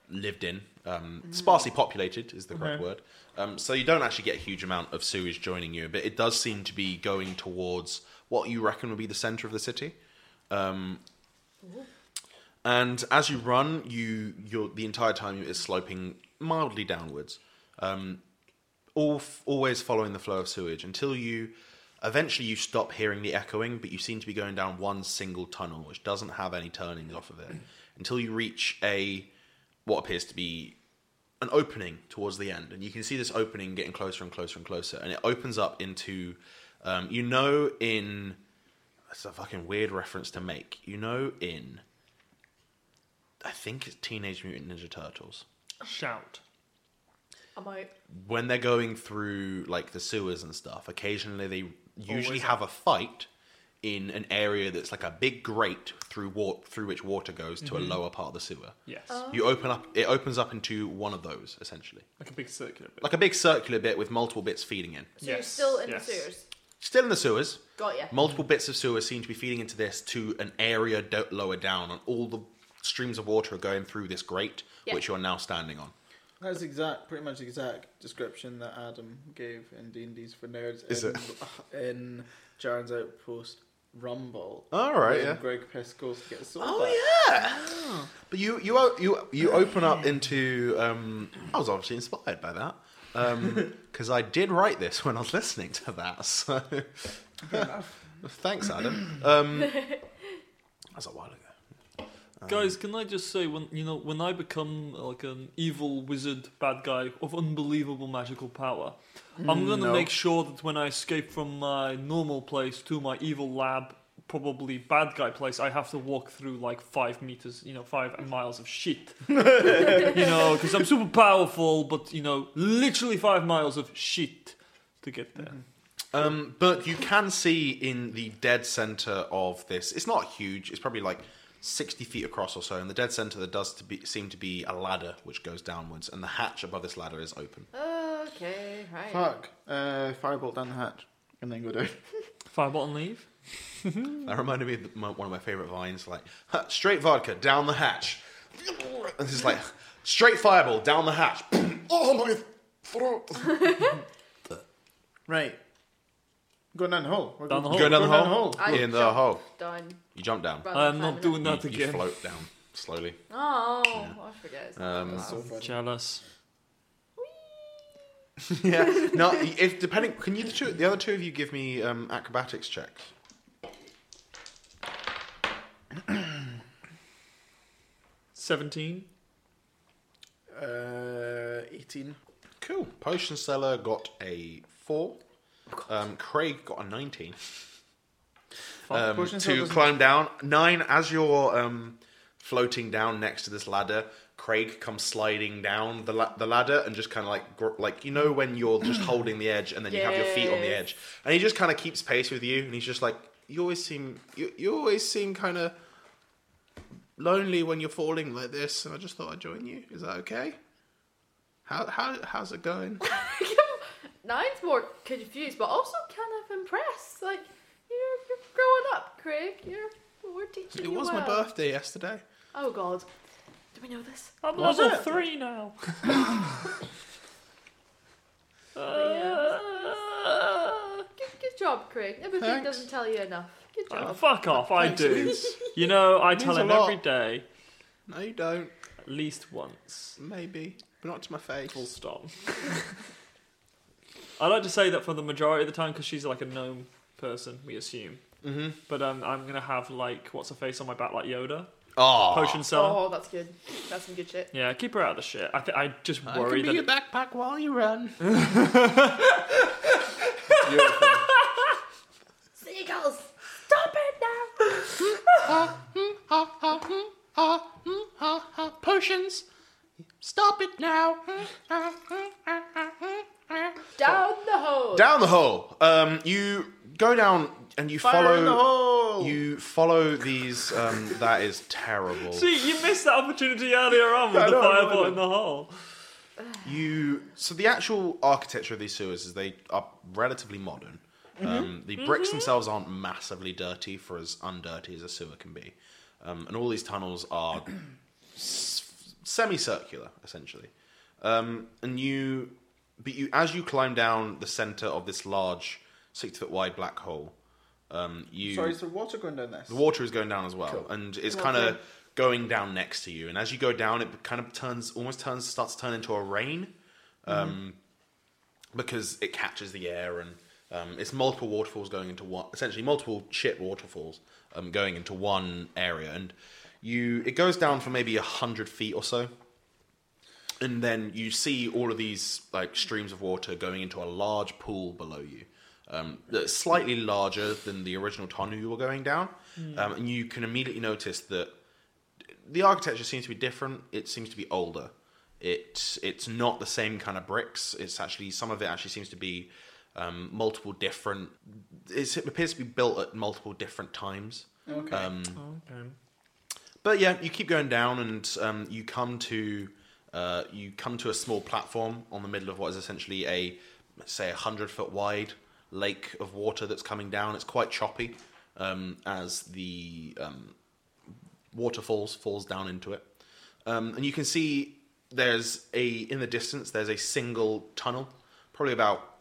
A: lived in. Um, Sparsely populated is the correct
D: Okay.
A: word. Um, so you don't actually get a huge amount of sewage joining you, but it does seem to be going towards what you reckon would be the center of the city. Um, and as you run, you you're, the entire time is sloping mildly downwards, um, all f- always following the flow of sewage until you. Eventually, you stop hearing the echoing, but you seem to be going down one single tunnel, which doesn't have any turnings off of it, until you reach a what appears to be an opening towards the end, and you can see this opening getting closer and closer and closer, and it opens up into, um, you know, in that's a fucking weird reference to make. You know, in I think it's Teenage Mutant Ninja Turtles
D: Shout.
C: I'm out.
A: when they're going through like the sewers and stuff. Occasionally, they usually
D: Always.
A: have a fight in an area that's like a big grate through wa- through which water goes to a lower part of the sewer.
D: Yes.
A: You open up; it opens up into one of those essentially.
D: Like a big circular bit.
A: like a big circular bit with multiple bits feeding in.
C: So you're
D: Yes,
C: still in
D: yes.
C: the sewers.
A: Still in the sewers,
C: Got ya.
A: multiple bits of sewers seem to be feeding into this to an area do- lower down, and all the streams of water are going through this grate,
C: Yeah.
A: which you're now standing on.
B: That's exact, pretty much the exact description that Adam gave in D and D's for Nerds.
A: Is
B: in, in Jaren's Outpost Rumble?
A: All right,
B: when
A: yeah.
B: Greg Pesco's gets sold.
A: Oh yeah. Oh. But you you o- you you open up into. Um, I was obviously inspired by that because I did write this when I was listening to that. So thanks, Adam. Um, that was a while ago. Um,
E: Guys, can I just say when you know when I become like an evil wizard bad guy of unbelievable magical power,
A: Mm,
E: I'm gonna make sure that when I escape from my normal place to my evil lab, probably bad guy place, I have to walk through like five meters, you know, five miles of shit. you know, because I'm super powerful, but you know, literally five miles of shit to get there.
A: Um, but you can see in the dead center of this. It's not huge. It's probably like sixty feet across or so. In the dead center, there does to be, seem to be a ladder which goes downwards, and the hatch above this ladder is open.
C: Okay, right.
B: Fuck. Uh, firebolt down the hatch and then go down.
E: Fireball and leave.
A: That reminded me of the- my, one of my favorite vines, like "Ha, straight vodka down the hatch, and it's like straight fireball down the hatch. oh my throat!
B: Right. Going down the hole. We're
E: Down the
B: going-
E: hole.
A: Go down the
B: Go
A: hole.
C: I
A: In the
C: jumped
A: hole.
C: Done.
A: You jump down.
C: rather
E: I'm
C: than
E: not
C: climbing
E: doing
C: up.
A: You,
E: that
A: you
E: again.
A: float down slowly.
C: Oh, I forget. It's not
A: Um,
C: that
B: So funny.
E: Jealous.
A: yeah. No, if depending, can you the two, the other two of you give me um, acrobatics checks?
E: Seventeen.
B: Uh, 18.
A: Cool. Potion seller got a four. Um, Craig got a nineteen. Um,
B: Potion seller
A: to
B: doesn't-
A: climb down nine as you're um, floating down next to this ladder. Craig comes sliding down the, la- the ladder and just kind of like gr- like you know when you're just holding the edge and then you have your feet on the
C: Yes.
A: edge and he just kind of keeps pace with you and he's just like you always seem you, you always seem kind of lonely when you're falling like this and I just thought I'd join you. Is that okay? How how how's it going?
C: Nine's more confused, but also kind of impressed. Like you're, you're growing up, Craig. You're we're teaching
A: It
C: you
A: was
C: well.
A: my birthday yesterday.
C: Oh God, do we know this?
D: I'm
E: Was
D: level
E: it?
D: three now. Uh,
C: Good, good job, Craig. Everything
A: Thanks.
C: doesn't tell you enough. Good
D: Oh,
C: job.
D: fuck off, I do. You know, I tell him
A: Means a lot.
D: every day,
A: No, you don't.
D: at least once.
A: Maybe, but not to my face.
D: Full stop. I like to say that for the majority of the time, because she's like a gnome person, we assume. Mm-hmm. But um, I'm going to have, like, what's her face on my back, like Yoda?
A: Oh,
D: Potion seller.
C: Oh, that's good. That's some good shit.
D: Yeah, keep her out of the shit. I, th- I just worry that. it-
A: backpack while you run.
C: Seagulls, stop it now.
A: hmm, Potions, stop it now. Hmm,
C: Down the hole.
A: Down the hole. Um, you go down and you
B: Fire
A: follow.
B: in the hole!
A: You follow these. Um, that is terrible.
D: See, you missed that opportunity earlier on with
B: I
D: the
B: know, I
D: fireball
B: know.
D: in the hole.
A: You so the actual architecture of these sewers is they are relatively modern. Um, the bricks themselves aren't massively dirty for as undirty as a sewer can be, um, and all these tunnels are s- semicircular essentially. Um, and you, but you as you climb down the center of this large six foot wide black hole, um, you
B: Sorry, is there water going down this?
A: the water is going down as well, and it's kind of going down next to you. And as you go down, it kind of turns, almost turns, starts to turn into a rain, um, because it catches the air and um, it's multiple waterfalls going into one, essentially multiple shit waterfalls um, going into one area, and you it goes down for maybe a hundred feet or so. And then you see all of these like streams of water going into a large pool below you, um, that's slightly larger than the original tunnel you were going down. Um, and you can immediately notice that the architecture seems to be different. It seems to be older. It it's not the same kind of bricks. It's actually some of it actually seems to be um, multiple different. It's, it appears to be built at multiple different times.
B: Okay.
A: um,
D: Okay.
A: But yeah, you keep going down, and um, you come to uh, you come to a small platform on the middle of what is essentially a say a hundred foot wide lake of water that's coming down. It's quite choppy um, as the um, water falls falls down into it, um, and you can see there's a in the distance there's a single tunnel, probably about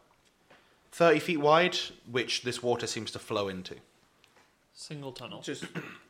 A: thirty feet wide, which this water seems to flow into.
D: Single tunnel.
B: Just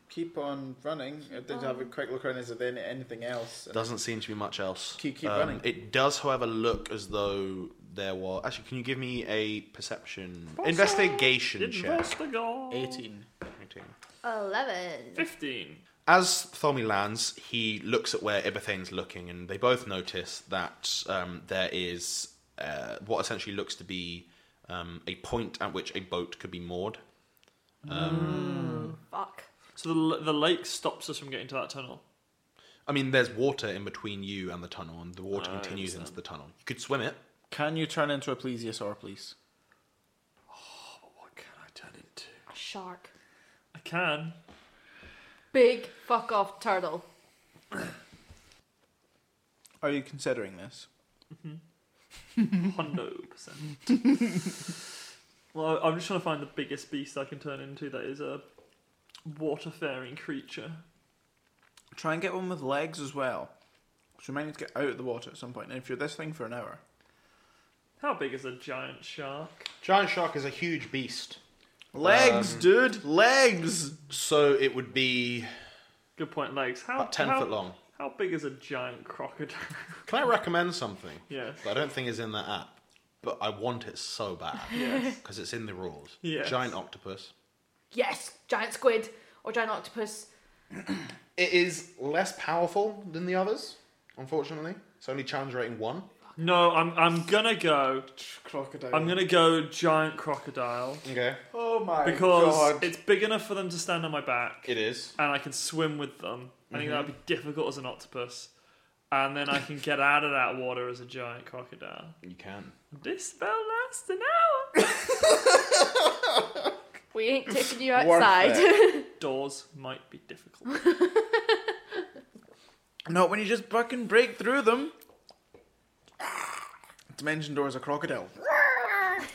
B: keep on running. I did have a quick look around. Is there any- anything else? And
A: Doesn't seem to be much else. Um,
B: Keep- keep running.
A: It does, however, look as though there was. Actually, can you give me a perception investigation check?
D: Investigate.
B: 18.
A: 18.
C: 11.
D: 15.
A: As Tholme lands, he looks at where Ibathane's looking, and they both notice that um, there is uh, what essentially looks to be um, a point at which a boat could be moored.
C: Fuck.
D: So the, the lake stops us from getting to that tunnel.
A: I mean, there's water in between you and the tunnel, and the water
D: I
A: continues into
D: understand.
A: the tunnel. You could swim it.
B: Can you turn into a plesiosaur, please?
D: Oh, What can I turn into?
C: A shark.
D: I can.
C: Big fuck off turtle.
B: Are you considering this?
D: Hundred percent. Well, I'm just trying to find the biggest beast I can turn into that is a water-faring creature.
B: Try and get one with legs as well. So you might need to get out of the water at some point. And if you're this thing for an hour,
D: How big is a giant shark?
A: Giant shark is a huge beast. Um,
B: legs, dude, legs.
A: So it would be
D: Good point, legs. How
A: about 10
D: how-
A: foot long.
D: How big is a giant crocodile?
A: Can I recommend something?
D: yes.
A: that I don't think is in that app, but I want it so bad
D: Yes.
A: because it's in the rules.
D: Yes.
A: Giant octopus.
C: Yes! Giant squid or giant octopus.
A: It is less powerful than the others, unfortunately. It's only challenge rating one.
D: No, I'm I'm gonna go.
B: Crocodile.
D: I'm gonna go giant crocodile
A: Okay.
B: Oh my
D: because
B: god.
D: it's big enough for them to stand on my back.
A: It is.
D: and I can swim with them. I think that would be difficult as an octopus. And then I can get out of that water as a giant crocodile.
A: You can.
D: This spell lasts an hour.
C: We ain't taking you
B: Worth
C: outside.
D: Doors might be difficult.
B: Not when you just fucking break through them. Dimension door is a crocodile.
D: I,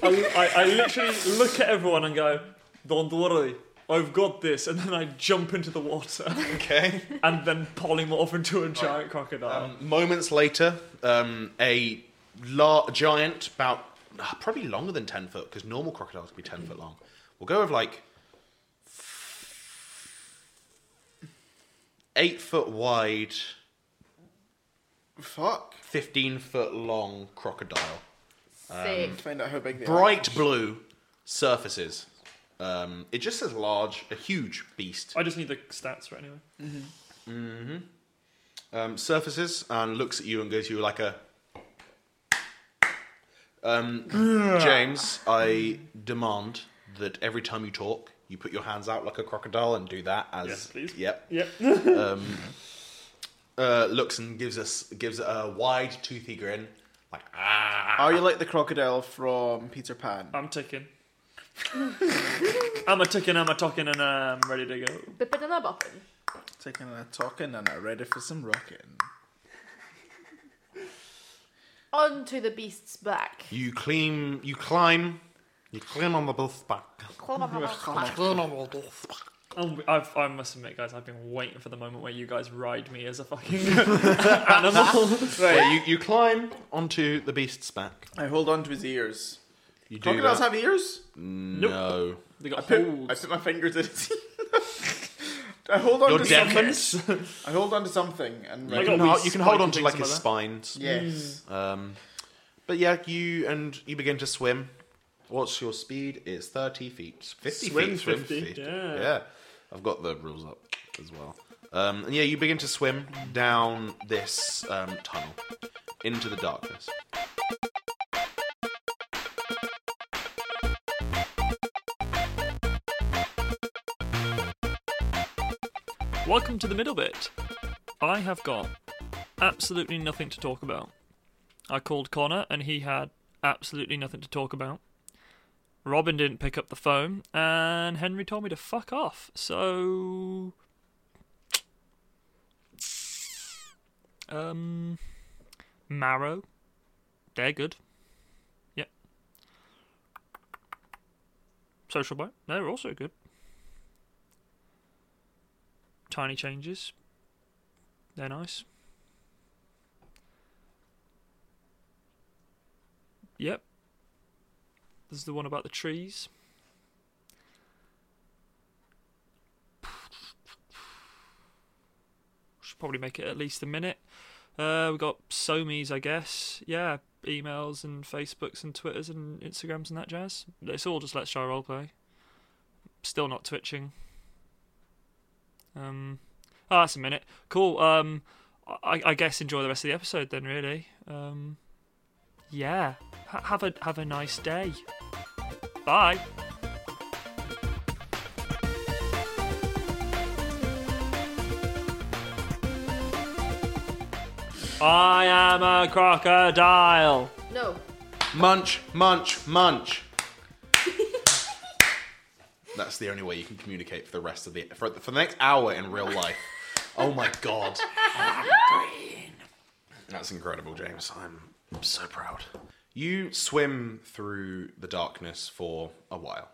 D: I, I literally look at everyone and go, "Don't worry, I've got this." And then I jump into the water
A: Okay.
D: and then polymorph into a giant crocodile.
A: Um, moments later, um, a lar- giant, about ah, probably longer than 10 foot, because normal crocodiles can be 10 foot long. We'll go with like eight foot wide,
B: Fuck.
A: 15 foot long crocodile.
C: Sick.
B: Find out how big they are.
A: bright blue surfaces. Um, it just says large, a huge beast.
D: I just need the stats right anyway.
A: Um, surfaces and looks at you and gives you like a. Um, James, I demand that every time you talk, you put your hands out like a crocodile and do that as.
D: Yes, please.
A: Yep.
D: Yep.
A: Um, uh, looks and gives us gives it a wide toothy grin, like ah.
B: Are you like the crocodile from Peter Pan?
D: I'm ticking. I'm a ticking, I'm a talking, and I'm ready to go.
C: Bippin' and a boppin'.
B: Taking a talking and I'm ready for some rocking.
C: Onto the beast's back.
A: You climb, you climb, you climb on the bull's back.
D: Um, I've, I must admit, guys, I've been waiting for the moment where you guys ride me as a fucking animal.
A: Right, you, you climb onto the beast's back.
B: I hold on to his ears.
A: You do
B: Crocodiles
A: that.
B: have ears?
A: no.
D: They got
B: Put- I
D: holes.
B: put my fingers in his I hold on
A: Your
B: to
A: deck
B: something. I hold on to something and
D: I
A: You
B: like,
D: got
A: can,
D: wee
A: hol- you can hold
D: spikes
A: on to
D: and
A: like
D: things
A: his
D: like
A: spines.
B: yes.
A: Um, but yeah, you and you begin to swim. What's your speed? It's thirty feet, fifty
D: Swim
A: feet, swim
D: 50,
A: feet.
D: yeah.
A: I've got the rules up as well. Um, and yeah, you begin to swim down this um, tunnel into the darkness.
D: Welcome to the middle bit. I have got absolutely nothing to talk about. I called Connor and he had absolutely nothing to talk about. Robin didn't pick up the phone and Henry told me to fuck off. So. Um. Marrow. They're good. Yep. Social Bite. They're also good. Tiny Changes. They're nice. Yep. This is the one about the trees. Should probably make it at least a minute. Uh, we got Somies, I guess. Yeah, emails and Facebooks and Twitters and Instagrams and that jazz. It's all just Let's Try Roleplay. Still not twitching. Um, ah, that's a minute. Cool. Um, I, I guess enjoy the rest of the episode then. Really. Um, yeah. H- have a have a nice day. Bye. I am a crocodile.
C: No.
A: Munch, munch, munch. That's the only way you can communicate for the rest of the for, for the next hour in real life. Oh my god. That's incredible, James. I'm so proud. You swim through the darkness for a while.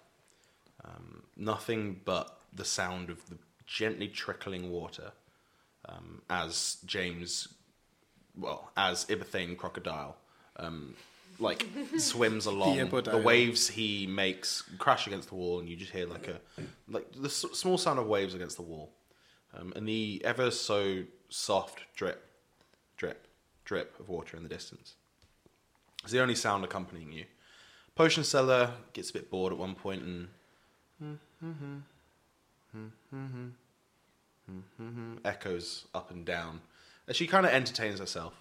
A: Um, nothing but the sound of the gently trickling water um, as James well, as Ibethane crocodile, um, like swims along.
B: The
A: The,
B: Ibodile.
A: waves he makes crash against the wall, and you just hear like a like the s- small sound of waves against the wall, um, and the ever so soft drip, drip, drip of water in the distance. It's the only sound accompanying you. Potion seller gets a bit bored at one point and. echoes up and down as she kind of entertains herself.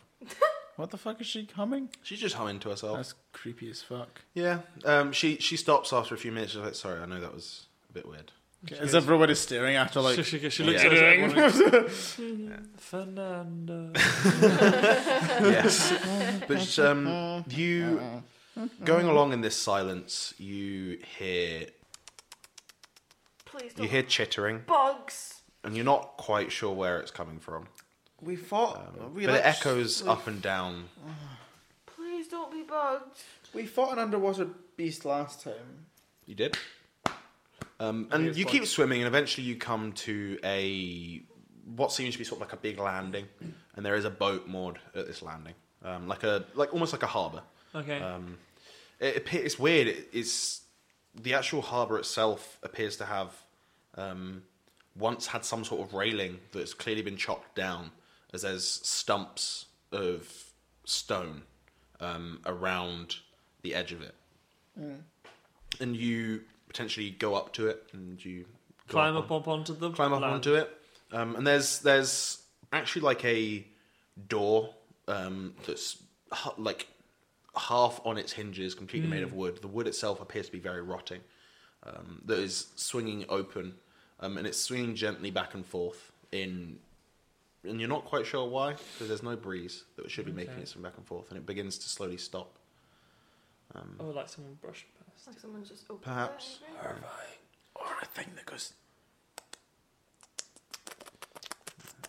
B: What the fuck is she humming?
A: She's just humming to herself.
B: That's creepy as fuck.
A: Yeah. Um, she she stops after a few minutes. She's like, "Sorry, I know that was a bit weird."
B: Is everybody staring at her
D: she,
B: like,
D: she, she looks
A: Yeah.
D: at us. like, Fernando.
A: yes. But um, you going along in this silence, you hear
C: Please don't.
A: you hear chittering,
C: bugs.
A: and you're not quite sure where it's coming from.
B: we fought, we,
A: Um, But it
B: like,
A: echoes up and down.
C: Please don't be bugged.
B: we fought an underwater beast last time.
A: You did. Um, and you keep swimming, and eventually you come to a what seems to be sort of like a big landing, and there is a boat moored at this landing, um, like a like almost like a harbour.
D: Okay.
A: Um, it, appear- it's weird. It, it's the actual harbour itself appears to have um, once had some sort of railing that's clearly been chopped down, as there's stumps of stone um, around the edge of it, and you potentially go up to it and you go
D: climb
A: on-
D: up, up onto the
A: climb up
D: land.
A: onto it. Um, and there's there's actually like a door um, that's h- like half on its hinges, completely made of wood. The wood itself appears to be very rotting. Um, that is swinging open, um, and it's swinging gently back and forth in. And you're not quite sure why, because there's no breeze that should be making
D: Okay.
A: it swing back and forth, and it begins to slowly stop.
D: Oh, like someone brushed past.
C: Like someone just opened
A: Perhaps.
C: that,
B: Irvine. Or a thing that goes.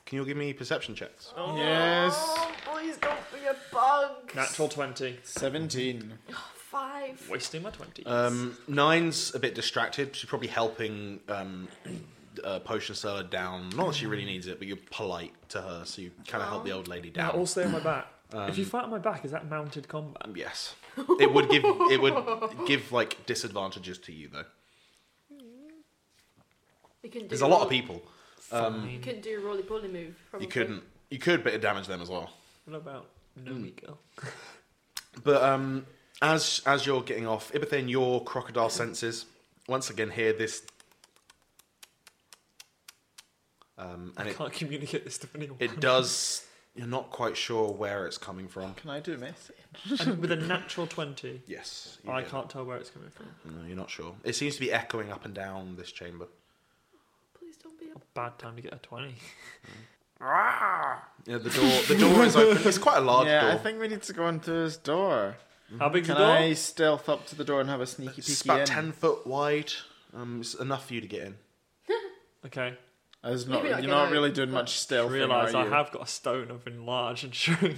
A: Can you all give me perception checks?
C: maybe?
B: Yes.
C: Oh, please don't be a bug.
D: Natural 20.
B: 17.
C: Five.
D: Wasting my 20s.
A: Um, Nine's a bit distracted. She's probably helping um, uh, Potion Seller down. Not that she really needs it, but you're polite to her, so you kind of help the old lady
D: Now,
A: down.
D: all stay on my back. if
A: Um,
D: you fight on my back, is that mounted combat?
A: yes, it would give it would give like disadvantages to you though.
C: You couldn't do
A: There's a lot of
C: roly-
A: people.
C: You couldn't do a roly poly move. Probably.
A: You couldn't. You could, but it damage them as well.
D: What about no
A: Hmm.
D: Oh, ego?
A: But um, as as you're getting off, Ibethane, your crocodile senses once again hear this. Um, and it,
D: Can't communicate this to anyone.
A: it does. You're not quite sure where it's coming from.
B: Can I do message?
D: And with a natural 20,
A: Yes. you
D: I
A: did.
D: can't tell where it's coming from.
A: No, you're not sure. It seems to be echoing up and down this chamber.
C: Please don't be a
D: Bad time to get a 20.
A: Mm-hmm. Yeah, the door. The door is open. It's quite a large
B: yeah,
A: door.
B: I think we need to go into his door.
D: How big's
B: Can
D: the door?
B: I stealth up to the door and have a sneaky
A: it's
B: peeky
A: about
B: in?
A: ten foot wide. Um, it's enough for you to get in.
D: Okay.
B: I was not,
C: Maybe not
B: you're
C: get
B: not
C: out,
B: really doing
C: but-
B: much stealth.
D: Realise
B: are
D: I
B: you?
D: have got a stone I've enlarged and shrunk.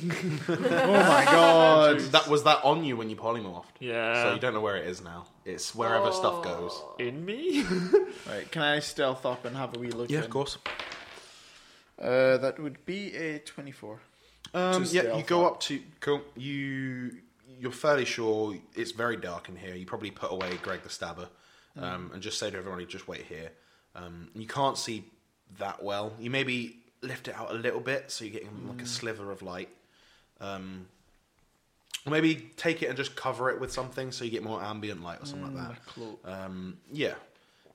B: Oh my god.
A: That was that on you when you polymorphed. So
D: yeah.
B: Uh,
A: you don't know where it is now. It's wherever stuff
B: oh.
A: goes.
D: In me?
B: right, can I stealth up and have a wee look? in?
A: course.
B: Uh, that would be a 24.
A: Um,
B: To
A: yeah, you
B: stealth
A: go
B: up.
A: up to cool. You you're fairly sure it's very dark in here. You probably put away Greg the Stabber um, and just say to everybody, just wait here. Um, you can't see that well. You maybe lift it out a little bit so you're getting like a sliver of light. Um, or maybe take it and just cover it with something so you get more ambient light or something like that. Um, yeah.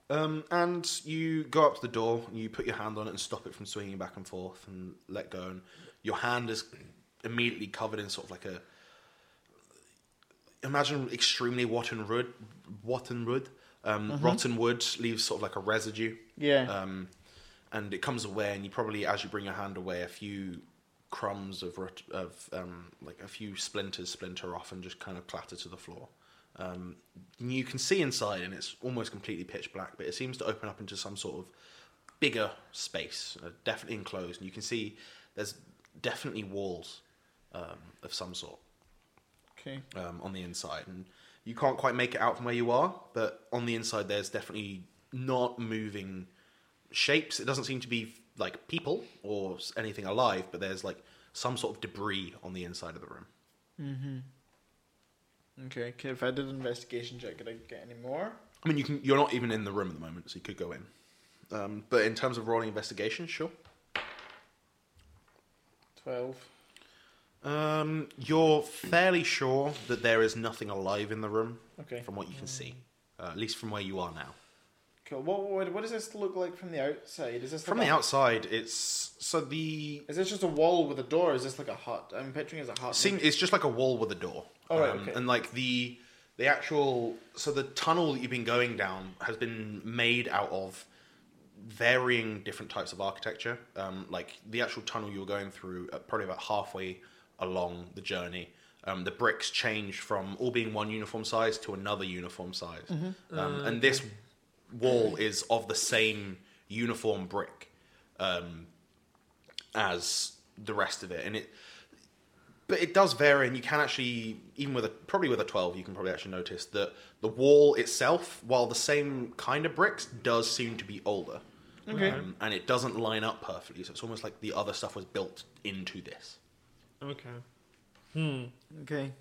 A: Um, and you go up to the door, and you put your hand on it and stop it from swinging back and forth and let go. And your hand is immediately covered in sort of like a. Imagine extremely rotten wood. Rotten wood. Um, Rotten wood leaves sort of like a residue.
B: Yeah.
A: Um, and it comes away, and you probably, as you bring your hand away, a few crumbs of rot- of um, like a few splinters splinter off and just kind of clatter to the floor. Um, and you can see inside, and it's almost completely pitch black, but it seems to open up into some sort of bigger space, uh, definitely enclosed. And you can see there's definitely walls um, of some sort
B: okay.
A: um, on the inside, and you can't quite make it out from where you are. But on the inside, there's definitely not moving shapes. It doesn't seem to be like people or s- anything alive, but there's like some sort of debris on the inside of the room.
B: Okay. okay, If I did an investigation check, could I get any more?
A: I mean, you can. You're not even in the room at the moment, so you could go in. Um, but in terms of rolling investigation, sure.
B: Twelve.
A: Um, you're fairly sure that there is nothing alive in the room,
B: Okay.
A: from what you can see, uh, at least from where you are now.
B: Cool. What, what what does this look like from the outside? Is this
A: From
B: like
A: the
B: a-
A: outside, it's so the
B: Is this just a wall with a door? Or is this like a hut? I'm picturing it as a hut.
A: Seem, it's just like a wall with a door. Um,
B: Oh, right, okay.
A: And like the the actual so the tunnel that you've been going down has been made out of varying different types of architecture. Um, like the actual tunnel you were going through, uh, probably about halfway along the journey, um, the bricks changed from all being one uniform size to another uniform size,
B: Mm-hmm.
A: um,
B: Uh,
A: and this wall is of the same uniform brick um, as the rest of it, and it but it does vary, and you can actually, even with a probably with a twelve, you can probably actually notice that the wall itself, while the same kind of bricks, does seem to be older.
B: Okay.
A: Um, and it doesn't line up perfectly, so it's almost like the other stuff was built into this.
D: Okay.
B: Okay.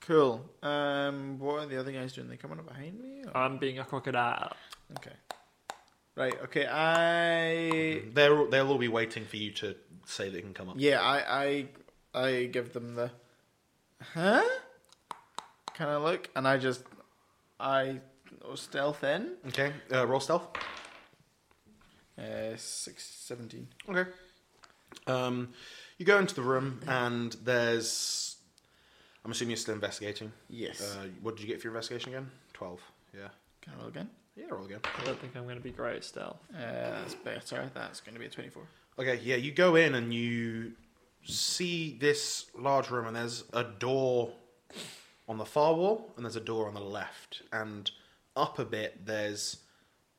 B: Cool. Um, what are the other guys doing? They coming up behind me? or-
D: I'm being a crocodile.
B: Okay. Right. Okay. I.
A: They're they'll all be waiting for you to say they can come up.
B: Yeah. I. I. I give them the. Huh? Can I look? And I just. I stealth in.
A: Okay. Uh, roll stealth.
B: Uh, six seventeen.
A: Okay. Um, you go into the room, and there's. I'm assuming you're still investigating.
B: Yes.
A: Uh, what did you get for your investigation again? Twelve. Yeah.
B: Can I roll again?
A: Yeah, roll again.
D: I don't think I'm going to be great at stealth.
B: Uh, that's better. That's going to be a twenty-four.
A: Okay, yeah, you go in and you see this large room, and there's a door on the far wall, and there's a door on the left, and up a bit there's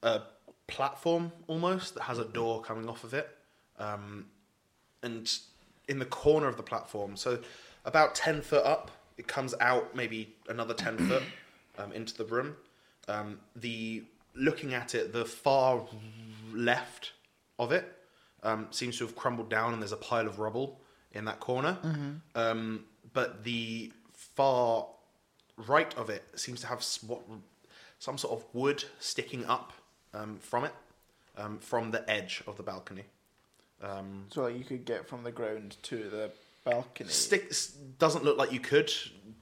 A: a platform almost that has a door coming off of it, um, and in the corner of the platform, so about ten foot up, it comes out maybe another ten foot um, into the room. Um, the looking at it, the far left of it um, seems to have crumbled down, and there's a pile of rubble in that corner. Um, but the far right of it seems to have s- what, some sort of wood sticking up um, from it, um, from the edge of the balcony.
B: So like you could get from the ground to the balcony.
A: Stick s- doesn't look like you could.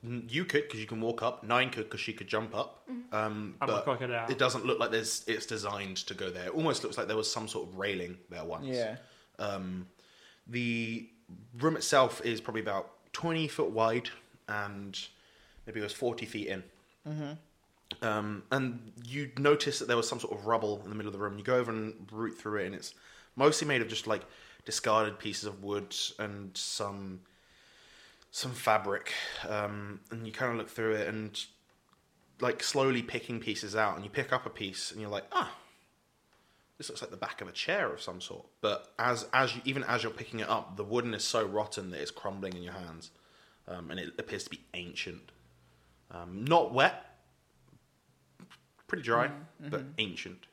A: N- You could because you can walk up. Nine could because she could jump up. Um,
D: I'm a
A: but
D: crocodile.
A: It doesn't look like there's. It's designed to go there. It almost looks like there was some sort of railing there once.
B: Yeah.
A: Um, the room itself is probably about 20 foot wide and maybe it was 40 feet in. Um, and you notice that there was some sort of rubble in the middle of the room. You go over and root through it, and it's mostly made of just like discarded pieces of wood and some some fabric. Um, and you kind of look through it and like slowly picking pieces out, and you pick up a piece, and you're like, ah, this looks like the back of a chair of some sort. But as as you, even as you're picking it up, the wooden is so rotten that it's crumbling in your hands, um, and it appears to be ancient, um, not wet, pretty dry, but ancient.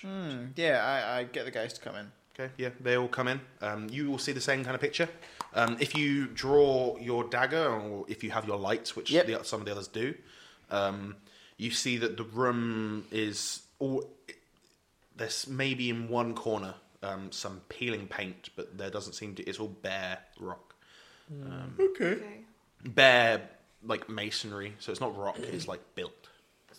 B: Hmm, yeah, I, I get the guys to come in.
A: Okay, yeah, they all come in. Um, you will see the same kind of picture. Um, if you draw your dagger, or if you have your lights, which
B: Yep.
A: the, some of the others do, um, you see that the room is all. There's maybe in one corner um, some peeling paint, but there doesn't seem to. It's all bare rock,
C: Okay.
A: bare like masonry. So it's not rock; it's like built.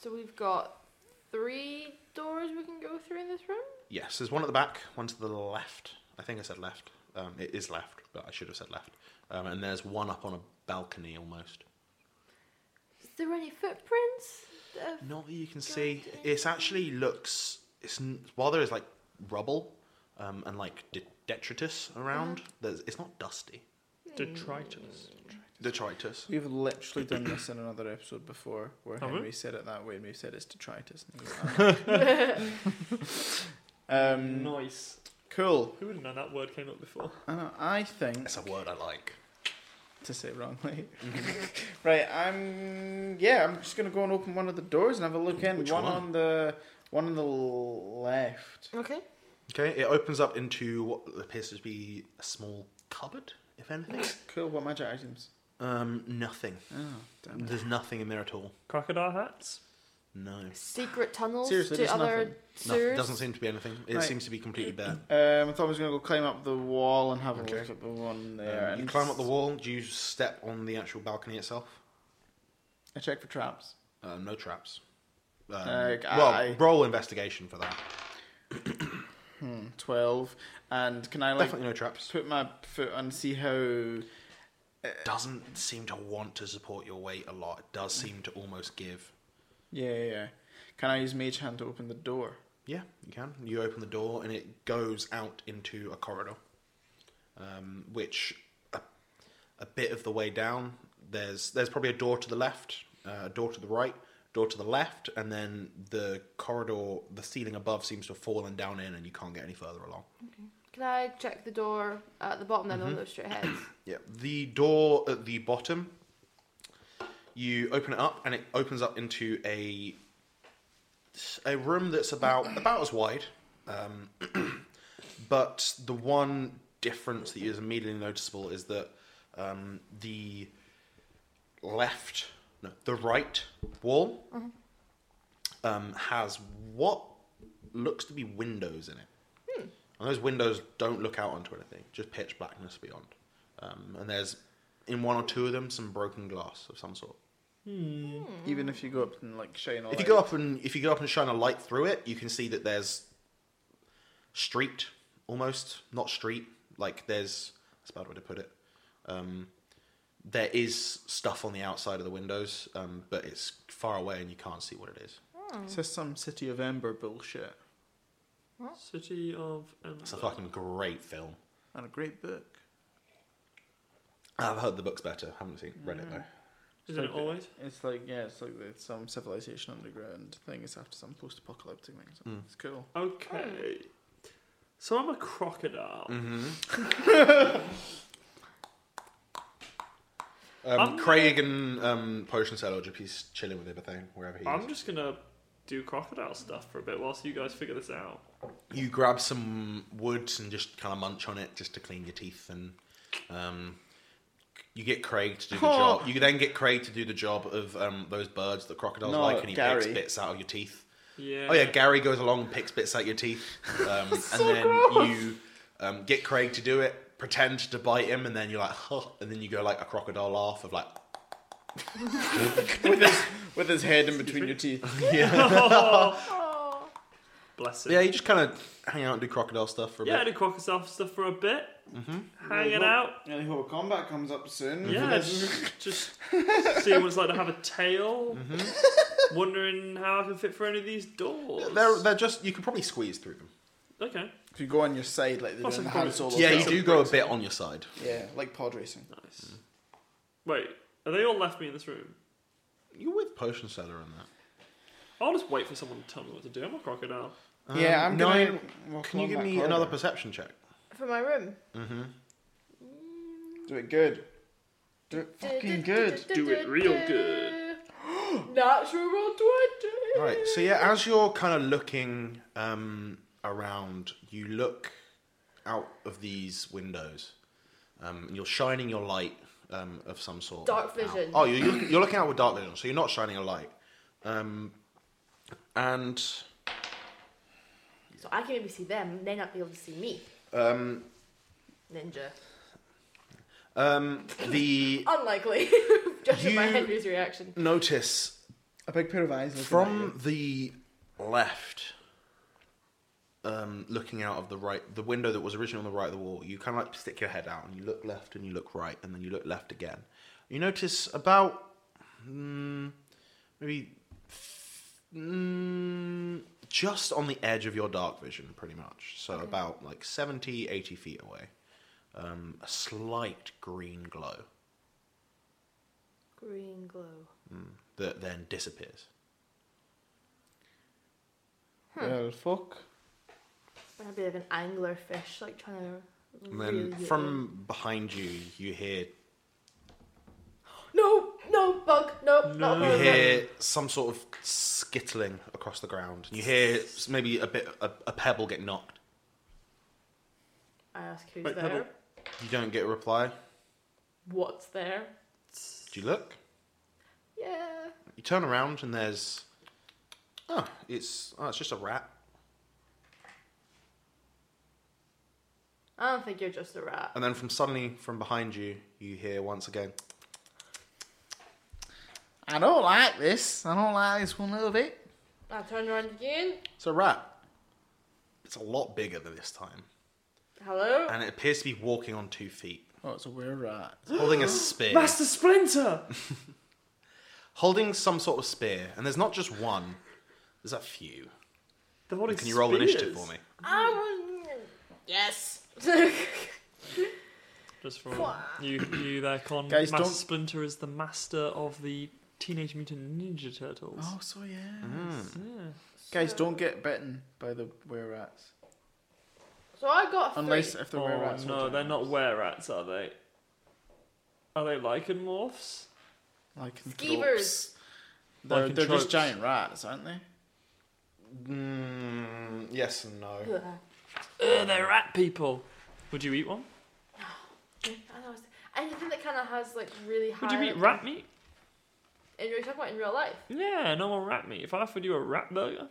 C: So we've got three doors we can go through in this room.
A: Yes, there's one at the back, one to the left. I think I said left. Um, it is left, but I should have said left. Um, and there's one up on a balcony almost.
C: Is there any footprints? Uh,
A: Not that you can see. It's actually looks. It's n- while there is like rubble um, and like de- detritus around. There's, it's not dusty.
D: Detritus.
A: Detritus.
B: We've literally done this in another episode before where
D: Have we?
B: Henry said it that way and we've said it's detritus. and things like that.
A: Mm.
B: um,
D: Nice.
B: Cool.
D: Who would have known that word came up before?
B: I, know, I think
A: That's a word I like.
B: to say it wrongly. Mm-hmm. right, I'm yeah, I'm just gonna go and open one of the doors and have a look in.
A: Which
B: one,
A: one?
B: on the one on the left.
C: okay.
A: Okay, it opens up into what appears to be a small cupboard, if anything.
B: Cool, what magic items?
A: Um, nothing.
B: Oh damn it.
A: There's nothing in there at all.
D: Crocodile hats?
A: No.
C: Secret tunnels
B: Seriously,
C: to
B: there's
C: other
B: nothing.
A: No, it
C: sewers.
A: doesn't seem to be anything. It
B: Right.
A: seems to be completely bare.
B: Um, I thought I was gonna go climb up the wall and have a
A: Okay.
B: look at the one there.
A: Um, you
B: and
A: climb up the wall. Do you step on the actual balcony itself?
B: I check for traps.
A: Uh, no traps. Um,
B: Uh,
A: well,
B: I-
A: roll investigation for that.
B: Twelve. And can I like
A: Definitely no traps.
B: put my foot on see how
A: Doesn't seem to want to support your weight a lot. It does seem to almost give.
B: Yeah, yeah, yeah. Can I use Mage Hand to open the door?
A: Yeah, you can. You open the door and it goes out into a corridor, um, which a, a bit of the way down there's there's probably a door to the left, uh, a door to the right, door to the left, and then the corridor, the ceiling above seems to have fallen down in, and you can't get any further along.
C: Can I check the door at the bottom? Then
A: Mm-hmm.
C: on those straight ahead.
A: Yeah. The door at the bottom, you open it up, and it opens up into a a room that's about about as wide. Um, but the one difference that is immediately noticeable is that um, the left, no, the right wall um, has what looks to be windows in it. And those windows don't look out onto anything, just pitch blackness beyond. Um, and there's, in one or two of them, some broken glass of some sort.
B: Even if you go up and like shine all
A: If you go up and if you go up and shine a light through it, you can see that there's street almost not street. Like there's that's a bad way to put it. Um, there is stuff on the outside of the windows, um, but it's far away and you can't see what it is.
B: It's just some City of Ember bullshit.
D: City of
A: It's a
D: Ember.
A: fucking great film.
B: And a great book.
A: I've heard the book's better. Haven't seen read it though.
D: Isn't it
B: Okay.
D: always?
B: It's like yeah, it's like the, some civilization underground thing. It's after some post-apocalyptic thing.
A: Hmm.
B: So It's cool.
D: Okay. Hmm. So I'm a crocodile.
A: Mm-hmm. Um,
D: I'm-
A: Craig and um, Potion Seller are just chilling with Ibathane wherever he is.
D: I'm just gonna do crocodile stuff for a bit whilst you guys figure this out.
A: you grab some wood and just kind of munch on it just to clean your teeth and um, you get Craig to do the job. You then get Craig to do the job of um, those birds that crocodiles
B: No,
A: like and he picks
B: Gary.
A: bits out of your teeth.
D: Yeah.
A: Oh yeah, Gary goes along and picks bits out of your teeth. Um, and then you um, get Craig to do it, pretend to bite him and then you're like, huh, and then you go like a crocodile laugh of like,
B: with his with his head in between your teeth.
C: Oh.
D: Bless him.
A: yeah, you just kind of hang out and do crocodile stuff for a
D: Yeah, I
A: bit.
D: did crocodile stuff for a bit.
A: Mm-hmm.
D: Hanging out.
B: And I hope combat comes up soon.
D: Yeah, just, just seeing what it's like to have a tail. Wondering how I can fit through any of these doors.
A: Mm-hmm. They're, they're just, you could probably squeeze through them.
D: Okay,
B: If you go on your side like they do
D: Lots
B: in
D: of
B: Han
D: bullets.
B: Solo.
A: Yeah, you
B: stuff.
A: do go a bit on your side.
B: Yeah, like pod racing.
D: nice. Wait, are they all left me in this room?
A: You're with Potion Seller on that.
D: I'll just wait for someone to tell me what to do. I'm a crocodile.
B: yeah, I'm gonna.
A: Um, nine-
B: walk
A: Can you
B: along
A: give
B: that
A: me
B: corridor.
A: another perception check?
C: For my room.
B: Do it good. Do it fucking good.
D: Do it real good.
C: Natural twenty.
A: All right. So yeah, as you're kind of looking um, around, you look out of these windows, um, and you're shining your light um, of some sort.
C: Dark
A: out.
C: vision.
A: Oh, you're, you're- you're looking out with dark vision, so you're not shining a light. Um, and
C: So I can maybe see them, and they not be able to see me.
A: um,
C: Ninja.
A: um, the
C: Unlikely. Judging by
A: You-
C: Henry's reaction.
A: notice
B: A big pair of eyes. looking at you.
A: from the left, um, looking out of the right, the window that was originally on the right of the wall, you kind of like stick your head out and you look left and you look right and then you look left again. You notice about mm, maybe mm, just on the edge of your dark vision, pretty much. So about like 70, 80 feet away, um, a slight green glow
C: Green glow.
A: that then disappears.
B: Well, fuck.
C: That'd be like an angler fish, like trying to.
A: And then
C: reel you in.
A: from behind you, you hear
C: No, no, bug, no, not
A: You
C: bug.
A: hear some sort of skittling across the ground. You hear s- maybe a bit a, a pebble get knocked.
C: I ask who's
B: Wait,
C: there.
B: Pebble.
A: You don't get a reply.
C: What's there?
A: Do you look?
C: Yeah.
A: You turn around and there's oh, it's oh, it's just a rat.
C: I don't think you're just a rat.
A: And then from suddenly from behind you, you hear once again.
B: I don't like this. I don't like this one little bit.
C: I turn around again.
A: It's a rat. It's a lot bigger than this time,
C: Hello.
A: and it appears to be walking on two feet,
B: Oh, it's a weird rat.
A: It's holding a spear,
B: Master Splinter!
A: holding some sort of spear. And there's not just one. There's a few.
D: They're holding
A: Can you roll initiative
D: spears.
A: for me?
C: Um, yes.
D: Just for you, you there, Con.
B: Guys,
D: Master
B: don't-
D: Splinter is the master of the Teenage Mutant Ninja Turtles.
B: Oh, so yeah.
D: Yeah.
B: Guys, don't get bitten by the were rats.
C: So I got three.
B: Unless if they're were
D: Oh
B: rats.
D: no, they're not were rats, are they? Are they lycanmorphs?
B: Like
C: Skeevers.
B: They're,
D: Lycanthropes.
B: they're just giant rats, aren't they?
A: Mm, yes and no.
C: Ugh.
D: Ugh, they're rat people. Would you eat one?
C: I know. it's- Anything that kind of has like really high.
D: Would you eat
C: like,
D: rat meat?
C: And you're talking about in real life.
D: Yeah, normal rat meat. If I offered you a rat burger,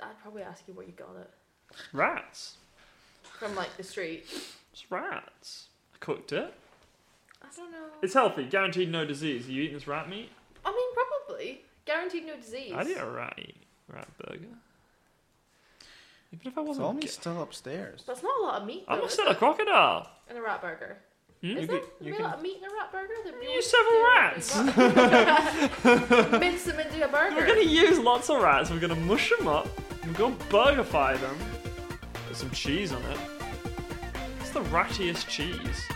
C: I'd probably ask you what you got it
D: rats.
C: from like the street.
D: It's rats. I cooked it.
C: I don't know.
D: It's healthy, guaranteed no disease. Are you eating this rat meat?
C: I mean, probably guaranteed no disease.
D: I'd eat a rat, eat rat burger. Even if I wasn't.
B: Tommy's
D: Ga-
B: still upstairs.
C: That's not a lot of meat.
D: I
C: though,
D: must
C: is
D: have a crocodile.
C: it? in a rat burger.
D: Hmm?
C: Is
D: You
C: there
D: could-
C: really a lot of meat in a rat burger? There'd be
D: You
C: one-
D: several
C: there'd be- Mince them into a
D: We're
C: burger.
D: gonna use lots of rats. We're gonna mush them up. We're gonna burgerfy them. Put some cheese on it. It's the rattiest cheese.